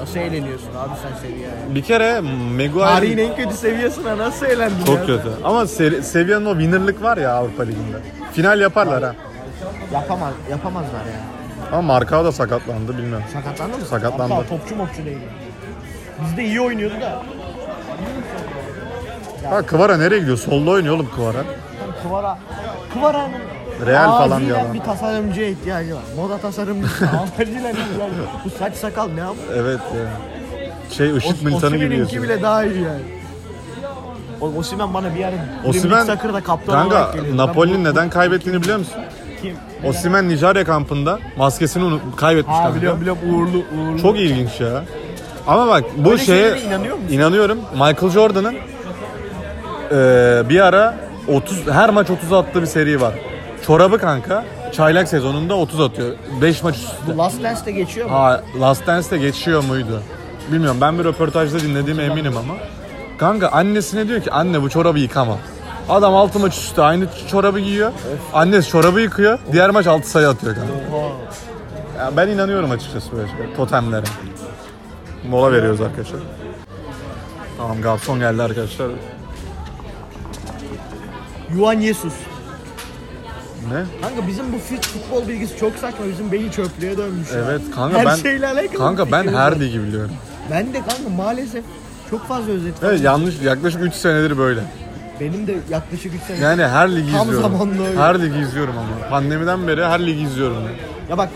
Nasıl eğleniyorsun abi sen seviye ya?
Bir kere Maguire
Tarihin en kötü seviyesine nasıl eğlendin
Çok
ya?
kötü. Ama seri- seviyenin o winnerlık var ya Avrupa Ligi'nde. Final yaparlar ha.
Yapamaz, yapamazlar ya.
Ama Markao da sakatlandı bilmiyorum.
Sakatlandı mı?
Sakatlandı.
Aptal, topçu mopçu değil. Bizde iyi oynuyordu da.
Ha Kıvara nereye gidiyor? Solda oynuyor oğlum Kıvara.
Kıvara, Kıvara'nın
Real falan
acilen
diyorlar.
bir tasarımcıya ihtiyacı var. Moda
[LAUGHS]
tasarımcısı. Avantajıyla ne güzel. Bu saç sakal ne yapıyor?
Evet ya. Şey Işık Militan'ı gibi
Osimhen'inki
diyorsun.
bile daha iyi yani. O- Osimhen bana bir ara
Osimhen,
Sakır'da kaptan olarak
kanka
geliyordu. Ben
Napoli'nin
bu-
neden kaybettiğini biliyor musun?
Kim?
Osimhen Nijerya kampında maskesini unut- kaybetmiş
Ha
kanka.
biliyorum biliyorum uğurlu uğurlu.
Çok ilginç ya. Ama bak bu
Böyle
şeye
şeylere inanıyor musun?
inanıyorum. Michael Jordan'ın eee, bir ara 30 her maç 30 attığı bir seri var. Çorabı kanka çaylak sezonunda 30 atıyor. 5 maç üstünde.
Bu Last Dance'de geçiyor mu?
Ha Last Dance'de geçiyor muydu? Bilmiyorum. Ben bir röportajda dinlediğime eminim ama. Kanka annesine diyor ki anne bu çorabı yıkama. Adam 6 maç üstü aynı ç- çorabı giyiyor. Annesi çorabı yıkıyor. Diğer maç 6 sayı atıyor kanka.
Oha.
Ya ben inanıyorum açıkçası böyle şey, totemlere. Mola veriyoruz arkadaşlar. Tamam garson geldi arkadaşlar.
Yuan Yesus.
Ne?
Kanka bizim bu fit futbol bilgisi çok saçma. Bizim beyin çöplüğe dönmüş. ya.
Evet kanka
Her
ben
şeyle alakalı.
kanka
bir
ben
fikrimiz
her
var.
ligi biliyorum.
Ben de kanka maalesef çok fazla özet.
Evet yanlış yaklaşık 3 senedir böyle.
Benim de yaklaşık 3 sene.
Yani her ligi
Tam
izliyorum.
zamanlı öyle.
Her ligi izliyorum ama. Pandemiden beri her ligi izliyorum.
Ya bak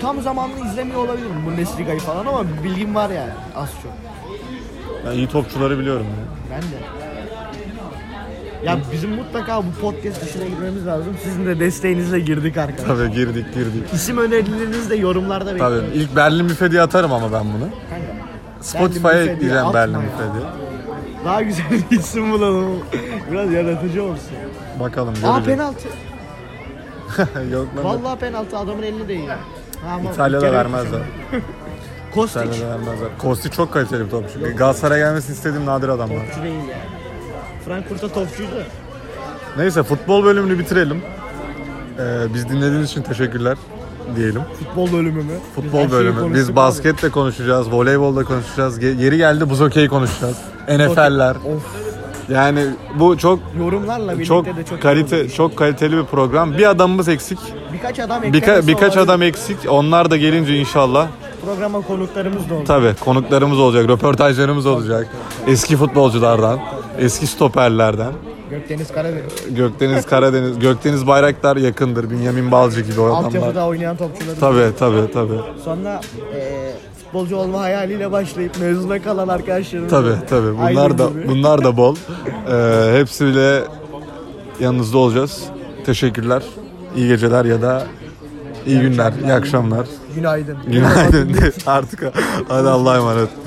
tam zamanlı izlemiyor olabilirim Bundesliga'yı falan ama bilgim var yani az çok.
Ben iyi topçuları biliyorum. ya.
Ben de. Ya bizim mutlaka bu podcast işine girmemiz lazım. Sizin de desteğinizle girdik arkadaşlar.
Tabii girdik girdik.
İsim önerilerinizi de yorumlarda bekliyorum.
Tabii ilk Berlin Büfedi'ye atarım ama ben bunu.
Kanka,
Spotify'a
Büfedi'ye
ekleyeceğim
atma
Berlin
ya.
Büfedi'ye.
Daha güzel bir isim bulalım. Biraz yaratıcı olsun.
Bakalım
Aa
göreceğiz.
penaltı.
[LAUGHS] Yok lan.
Vallahi penaltı adamın elini değiyor. Ha, ama bir
İtalya'da
kere-
vermezler.
Kostic.
İtalya'da vermezler. Kosti çok kaliteli bir topçu. Galatasaray'a gelmesini istediğim nadir adamlar.
Topçu değil yani. Frankfurt'ta topçuydu.
Neyse futbol bölümünü bitirelim. Ee, biz dinlediğiniz için teşekkürler diyelim.
Futbol bölümü mü?
Futbol bölümü.
basket
Biz basketle konuşacağız, voleybolda konuşacağız. Ge- Yeri geldi buz hokeyi konuşacağız. NFL'ler. Yani bu çok
Yorumlarla birlikte
çok
de çok iyi
kalite
olur.
çok kaliteli bir program. Bir adamımız eksik.
Birkaç adam
Birka-
eklemesi
birkaç
olabilir.
adam eksik. Onlar da gelince inşallah
Programa konuklarımız da oldu.
Tabii konuklarımız olacak, röportajlarımız olacak. Eski futbolculardan, eski stoperlerden.
Gökdeniz Karabey.
Gökdeniz Karadeniz, Gökdeniz Bayraktar yakındır. Bünyamin Balcı gibi o adamlar.
Altyapıda oynayan topçuları.
Tabii tabii tabii.
Sonra eee, futbolcu olma hayaliyle başlayıp mezuna kalan arkadaşlarımız.
Tabii tabii.
Aydın
Bunlar da
gibi.
bunlar da bol. Ee, hepsiyle yanınızda olacağız. Teşekkürler. İyi geceler ya da iyi günler, iyi akşamlar.
Günaydın.
[LAUGHS] Günaydın. Artık hadi Allah'a emanet.